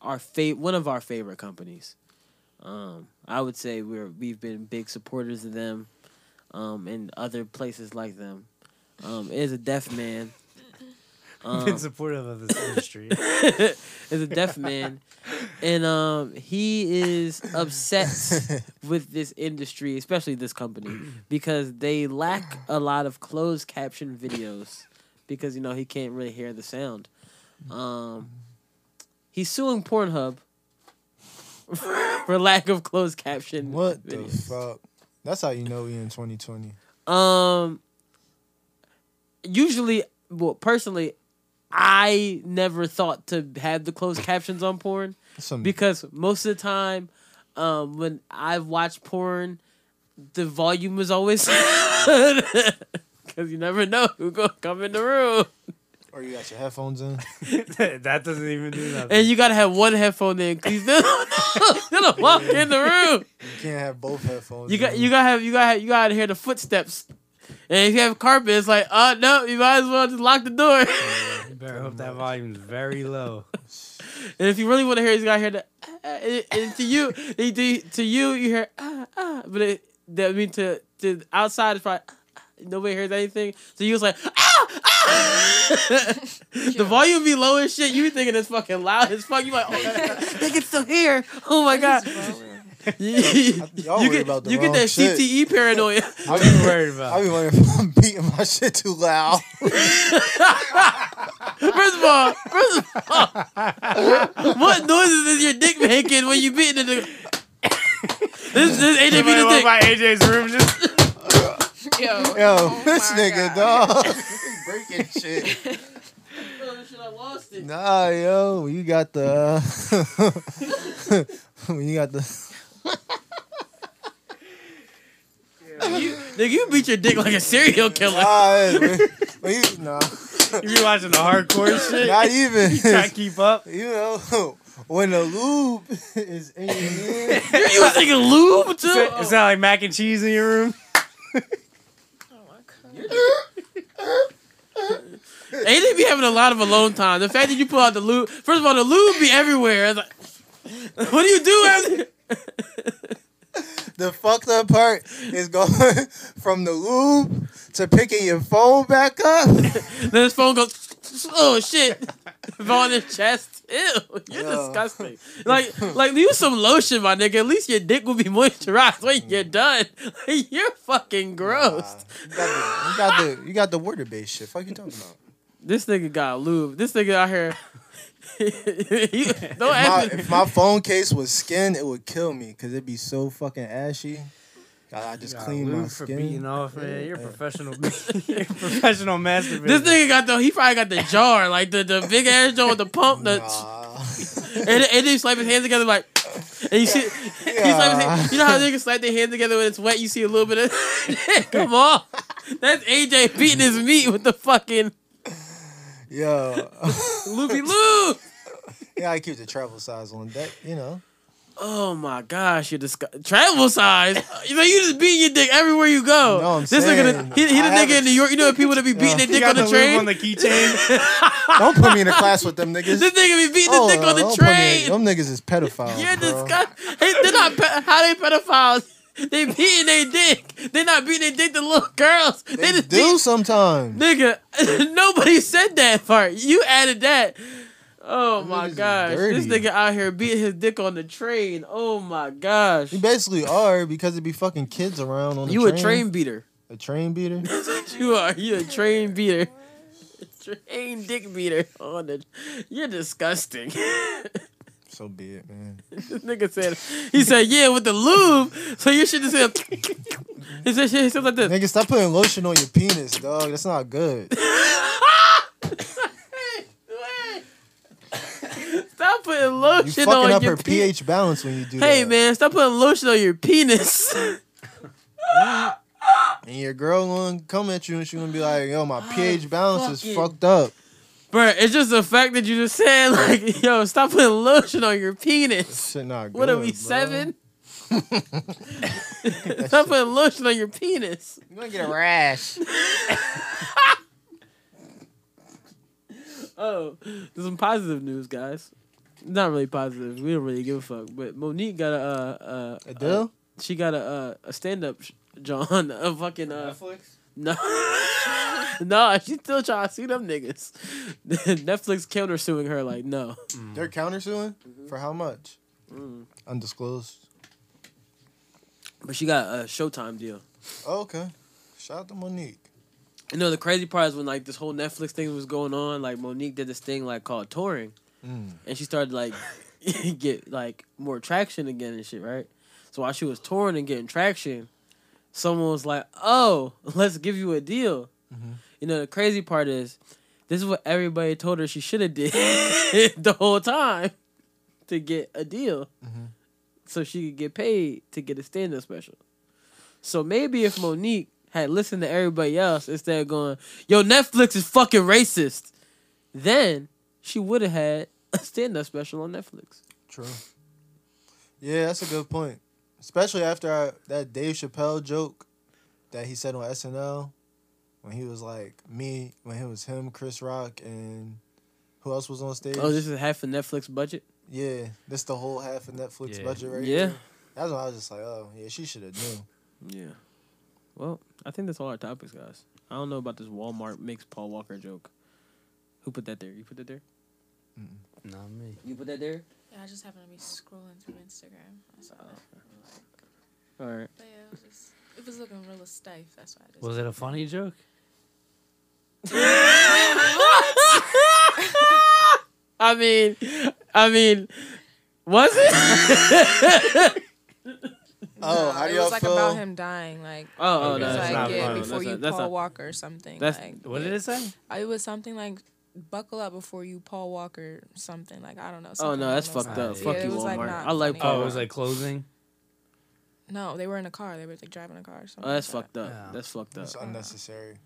our fa- one of our favorite companies. Um, I would say we're we've been big supporters of them, um, and other places like them. Um, is a deaf man. [LAUGHS] Been supportive of this industry. is a deaf man, and um, he is [LAUGHS] upset with this industry, especially this company, because they lack a lot of closed caption videos, because you know he can't really hear the sound. Um, he's suing Pornhub [LAUGHS] for lack of closed caption. what the videos. fuck? That's how you know we in 2020. Um, usually, well, personally, I never thought to have the closed captions on porn Some because most of the time, um, when I've watched porn, the volume [LAUGHS] is always because you never know who gonna come in the room. Or you got your headphones in? [LAUGHS] that doesn't even do nothing. And you gotta have one headphone in, cause [LAUGHS] then gonna walk in the room. You can't have both headphones. You got in. you gotta have you gotta have, you gotta hear the footsteps. And if you have carpet, it's like, uh no, you might as well just lock the door. [LAUGHS] You better hope that [LAUGHS] volume's very low. and if you really want to hear, it, you gotta hear the. Uh, uh, and, and to you, and to, to you, you hear ah ah, but it, that mean to to outside is probably ah, ah, nobody hears anything. So you was like ah ah. [LAUGHS] the volume be low as shit. You thinking it's fucking loud as fuck. You like, oh, they can still hear. Oh my god. [LAUGHS] you Y'all you worried get about the you get wrong that shit. CTE paranoia. [LAUGHS] I be worried about I be wondering if I'm beating my shit too loud. First of all, first of [LAUGHS] all, what noises is your dick making when you beating it? [LAUGHS] This this AJ beat his Somebody walk dick. by AJ's room just Yo, [LAUGHS] Yo, oh [LAUGHS] this my nigga, God. dog. Breaking shit. Oh, shit, I lost it. [LAUGHS] Nah, yo, when you got the. when [LAUGHS] you got the. Nigga, you beat your dick like a serial killer. [LAUGHS] Nah, when, when you, nah, you be watching the hardcore shit. not even. Try to keep up. [LAUGHS] you know, [LAUGHS] when the lube [LAUGHS] is in your hand. You're using a lube too. It's not like mac and cheese in your room. Oh my God. AJ be having a lot of alone time. The fact that you pull out the lube, first of all, the lube be everywhere. It's like, [LAUGHS] what do you do after? The fucked up part is going [LAUGHS] from the lube to picking your phone back up. Then his phone goes, [LAUGHS] oh shit, on his chest. Ew, you're Yo. disgusting. Like, like use some lotion, my nigga. At least your dick will be [LAUGHS] moisturized when Mm. you're done. [LAUGHS] Like, you're fucking gross. You got the you got the, you got the water based shit. Fuck you talking about? This nigga got lube. This nigga out here. [LAUGHS] He- don't My, ask me. if my phone case was skin, it would kill me because it'd be so fucking ashy. God, I just clean my Lube for [LAUGHS] beating skin. off, man. You're a professional. [LAUGHS] You're a professional masturbator. This nigga got the he probably got the jar like the, the big ass jar with the pump the Nah. and, and he slap his hands together like and you see he slap his hand, you know how niggas slap their hands together when it's wet you see a little bit of [LAUGHS] come on that's AJ beating his meat with the fucking Yo, [LAUGHS] loopy loop yeah, I keep the travel size on deck. You [LAUGHS] know, oh my gosh you're disgust travel size you know you just beating your dick everywhere you go No, I'm this saying, nigga he, he the I nigga haven't- in New York you [LAUGHS] know the people that be beating their You dick got on the, the lube train on the [LAUGHS] keychain. don't put me in a class with them [LAUGHS] niggas. this nigga be beating Oh, his dick no, on the don't put me train in- Them niggas is pedophiles. You're Oh, bro. disgusting. Hey, they're not pe- how they pedophiles. They beating their dick. They're not beating their dick to little girls. They, They just do sometimes. beat nigga. [LAUGHS] Nobody said that part. You added that. Oh my niggas is gosh, this dirty. nigga out here beating his dick on the train. Oh my gosh, You basically are because it'd be fucking kids around on the you train. a train beater. [LAUGHS] a train beater. you are. You a train beater. [LAUGHS] Train dick beater on the. You're disgusting. [LAUGHS] so be it, man. This nigga said, he said, yeah, with the lube. So you should just say, [LAUGHS] he said, shit, he said like this. Nigga, stop putting lotion on your penis, dog. That's not good. [LAUGHS] Stop putting You lotion fucking on up your her penis. pH balance when you do that. Hey man, stop putting lotion on your penis. [LAUGHS] And your girl gonna come at you and she gonna be like, [GASPS] yo, Ah, my pH balance fucking- is fucked up. [LAUGHS] Bruh, it's just the fact that you just said like, yo, stop putting lotion on your penis. Shit not good. What are we bro. [LAUGHS] seven? [LAUGHS] stop putting lotion on your penis. You're gonna get a rash. [LAUGHS] Oh, there's some positive news, guys. Not really positive. We don't really give a fuck. But Monique got a uh, uh, A deal? she got a uh, a stand up John [LAUGHS] a fucking uh, no [LAUGHS] no she still trying to sue them niggas. [LAUGHS] Netflix counter suing her like no They're countersuing? Mm-hmm. For how much? Mm. Undisclosed. but she got a Showtime deal. Oh, okay. Shout out to Monique. You know the crazy part is when like this whole Netflix thing was going on like Monique did this thing like called touring and she started like [LAUGHS] get like more traction again and shit right. So while she was touring and getting traction, someone was like, "Oh, [LAUGHS] let's give you a deal." You know the crazy part is, this is what everybody told her she should have did [LAUGHS] the whole time to get a deal, so she could get paid to get a stand up special. So maybe if Monique had listened to everybody else instead of going, "Yo, Netflix is fucking racist," then she would have had a stand up special on Netflix. True. Yeah, that's a good point. Especially after I, that Dave Chappelle joke that he said on SNL when he was like me when it was him, Chris Rock, and who else was on stage? Oh, this is half a Netflix budget. yeah, this the whole half of Netflix Yeah. budget right Yeah. here. That's when I was just like, oh yeah, she should have knew. Yeah. Well, I think that's all our topics, guys. I don't know about this Walmart makes Paul Walker joke. Who put that there? You put that there? Not me. You put that there? Yeah, I just happened to be scrolling through Instagram. I saw that. I'm like, All right. [LAUGHS] But yeah, it was, just, it was looking real stiff. That's why I just. Was it a funny joke? I mean, I mean, was it? Oh, No, how do It y'all was like feel? about him dying. Like. [LAUGHS] oh, oh, Okay, no, It was that's that's like, not not yeah, fun. funny. before That's you not- that's Paul not- Walker or something. that's- like, What did yeah. it say? I- It was something like, buckle up before you Paul Walker something. Like, I don't know. Oh something no, that's along those fucked up. lines. lines. Fuck Yeah, you, it was, Walmart. like, not I like funny. Paul. Oh, it was like closing. No, they were in a car. They were like driving a car or something. Oh, that's like fucked up. Yeah. That's fucked up. It's unnecessary.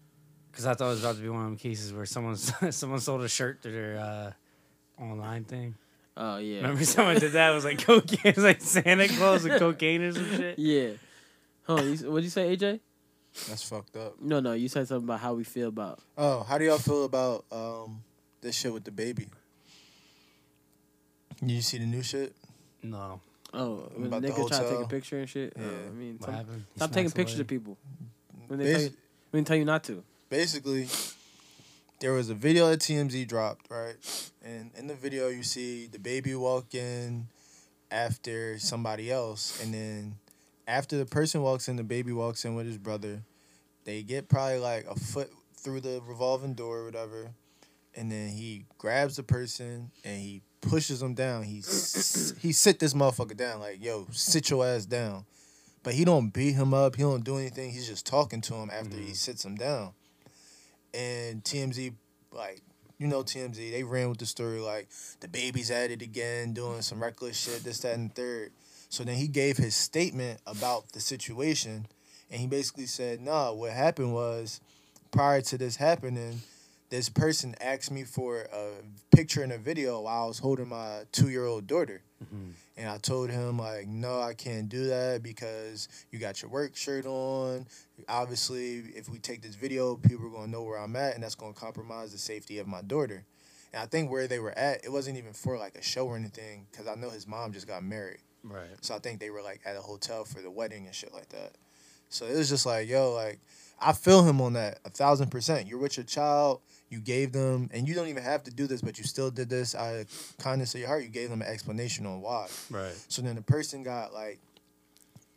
Because I thought it was about to be one of them cases where someone [LAUGHS] someone sold a shirt to their uh, online thing. Oh yeah. Remember someone did that? It was like cocaine, [LAUGHS] it was like Santa Claus and cocaine or some shit. Yeah. Huh? You, what'd you say, AJ? That's fucked up. No, no. You said something about how we feel about. Oh, how do y'all feel about um this shit with the baby? You see the new shit? No, Oh, when About the the nigga try to take a hotel. picture and shit. Oh, Yeah. I mean, what some, happened? He stop taking smacks pictures away. of people when they, tell you, Basi- when they tell you not to. basically, there was a video that TMZ dropped, right? And in the video, you see the baby walk in after somebody else, and then after the person walks in, the baby walks in with his brother. They get probably like a foot through the revolving door or whatever, and then he grabs the person and he pushes him down. He s- he sit this motherfucker down like, yo, sit your ass down. But he don't beat him up. He don't do anything. He's just talking to him after he sits him down. And TMZ, like, you know TMZ, they ran with the story like the baby's at it again, doing some reckless shit, this, that, and third. So then he gave his statement about the situation, and he basically said, "Nah, what happened was, prior to this happening, this person asked me for a picture and a video while I was holding my two-year-old daughter." And I told him like, no, I can't do that because you got your work shirt on. Obviously, if we take this video, people are gonna know where I'm at, and that's gonna compromise the safety of my daughter. And I think where they were at, it wasn't even for like a show or anything, because I know his mom just got married, Right. so I think they were like at a hotel for the wedding and shit like that. So it was just like, yo, like I feel him on that a thousand percent. You're with your child. You gave them, and you don't even have to do this, but you still did this out of kindness of your heart. You gave them an explanation on why. Right. So then the person got like,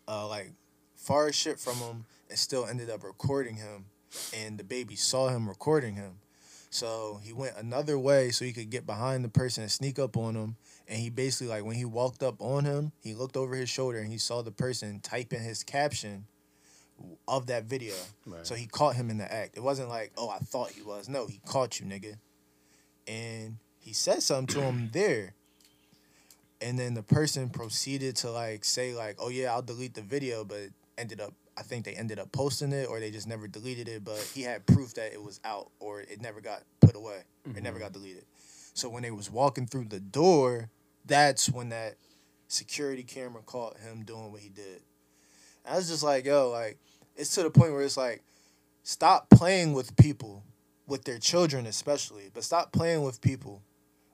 uh, like far as shit from him, and still ended up recording him, and the baby saw him recording him. So he went another way so he could get behind the person and sneak up on him. And he basically like when he walked up on him, he looked over his shoulder and he saw the person typing his caption of that video. Right. So he caught him in the act. It wasn't like, oh, I thought he was. No, he caught you, nigga. And he said something to him there. And then the person proceeded to like say like, oh yeah, I'll delete the video, but ended up I think they ended up posting it or they just never deleted it, but he had proof that it was out or it never got put away. It never got deleted. So when they was walking through the door, that's when that security camera caught him doing what he did. I was just like, yo, like it's to the point where it's like, stop playing with people, with their children especially, but stop playing with people.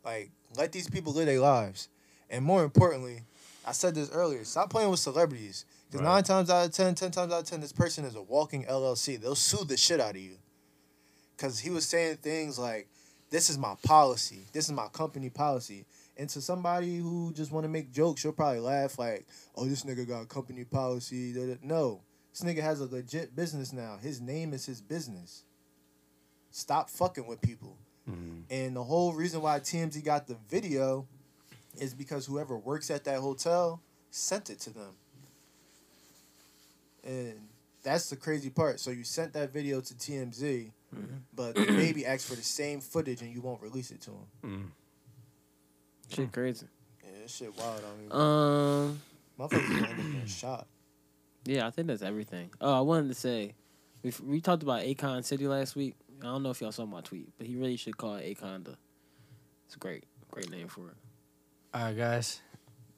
Like, let these people live their lives. And more importantly, I said this earlier, stop playing with celebrities. Because Right. nine times out of ten, ten times out of ten, this person is a walking LLC. They'll sue the shit out of you. Because he was saying things like, this is my policy. This is my company policy. And to somebody who just want to make jokes, you'll probably laugh like, oh, this nigga got company policy. da, da. No, this nigga has a legit business now. His name is his business. Stop fucking with people. And the whole reason why TMZ got the video is because whoever works at that hotel sent it to them. And that's the crazy part. So you sent that video to TMZ, but the baby asked for the same footage and you won't release it to him. Shit, crazy. Yeah, that shit wild. I mean, Um. motherfuckers gonna end up getting shot. Yeah, I think that's everything. Oh, I wanted to say, we we talked about Akon City last week. I don't know if y'all saw my tweet, but he really should call it Akon the It's great. Great name for it. All right, guys.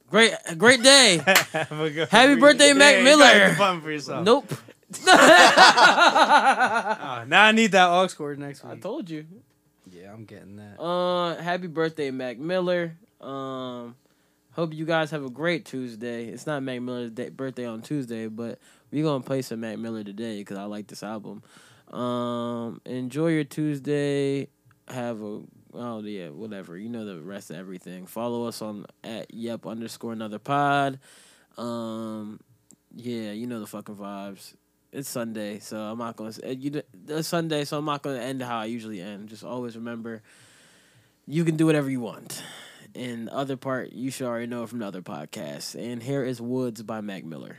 Great, great day. [LAUGHS] [LAUGHS] Have a good Happy birthday, Mac you Miller. gotta have fun for yourself. Nope. [LAUGHS] Oh, now I need that aux cord next week. I told you. yeah, I'm getting that. Uh, happy birthday, Mac Miller. Um, hope you guys have a great Tuesday. It's not Mac Miller's day, birthday on Tuesday, but we're gonna play some Mac Miller today because I like this album. Um, enjoy your Tuesday. Have a oh yeah, whatever. You know the rest of everything. Follow us on at yep underscore another pod. Um, yeah, you know the fucking vibes. It's Sunday, so I'm not gonna. eh, You, it's Sunday, so I'm not gonna end how I usually end. Just always remember, you can do whatever you want. And the other part, you should already know from the other podcast. And here is Woods by Mac Miller.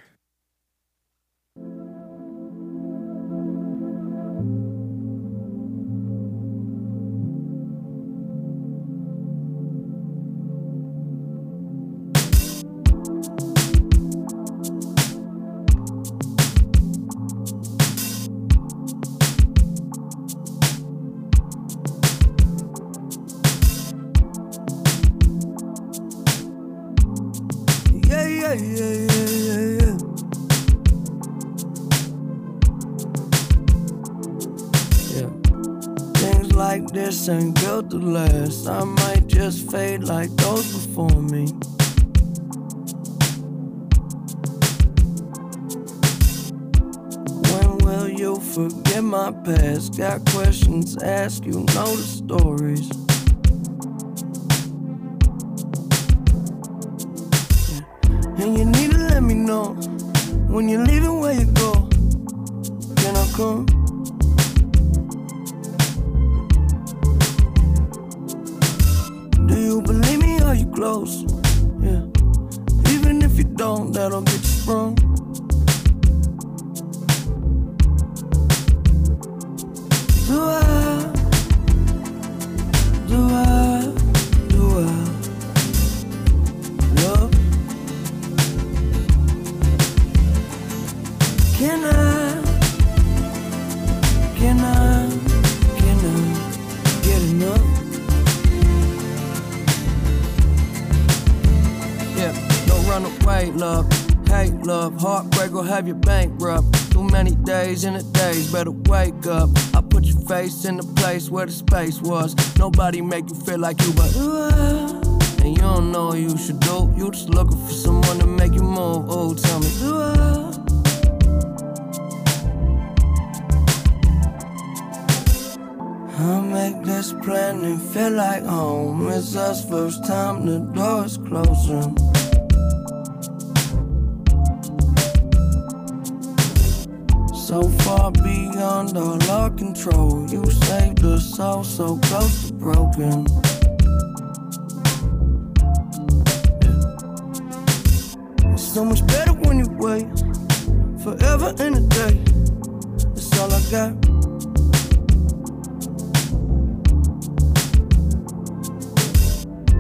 Yeah, yeah, yeah, yeah, yeah, yeah. Yeah. Things like this ain't built to last. I might just fade like those before me. When will you forget my past? Got questions, ask you, know the stories. And you need to let me know when you're leaving where you go. Can I come? Do you believe me? Are you close? Yeah. Even if you don't, that'll get you sprung. Do I? Do I? Do I? Love? Can I? Can I? Can I get enough? Yeah, don't run away, love. Hate, love. Heartbreak will have you bankrupt. Too many days in a days, better wake up. I put your face in the place where the space was. Nobody make you feel like you, but. And you don't know what you should do. You just looking for someone to make you move. Oh, tell me, do I? I make this plan and feel like home. It's us first time, the door is closing. So far beyond all our control, you saved us all so close to broken. It's so much better when you wait, forever in a day. That's all I got.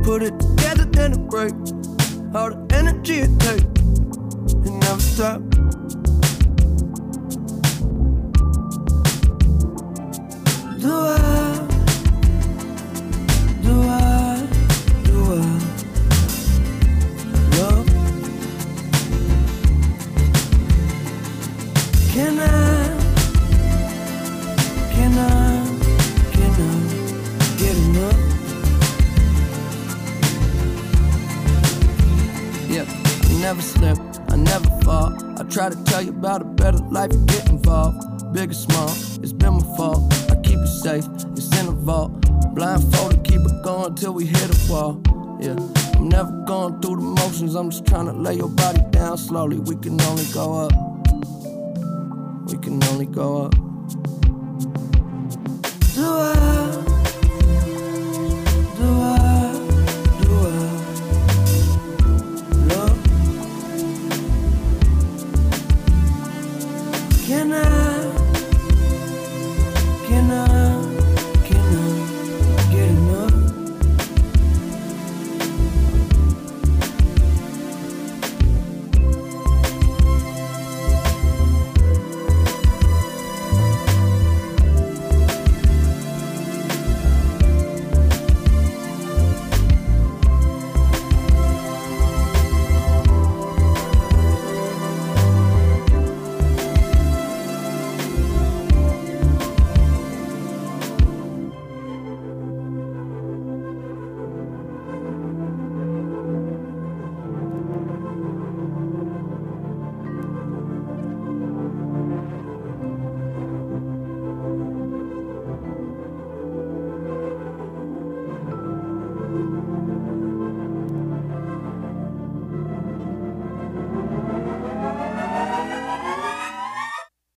Put it together, then it break. All the energy it takes, it never stop. Do I? Do I? Do I? Love? Can I? Can I? Can I get enough? Yep, I never slip, I never fall. I try to tell you about a better life, you get involved. Big or small, it's been my fault. I keep it safe, it's in a vault. Blindfolded, keep it going till we hit a wall. Yeah, I'm never going through the motions. I'm just trying to lay your body down slowly. We can only go up. We can only go up. Do I?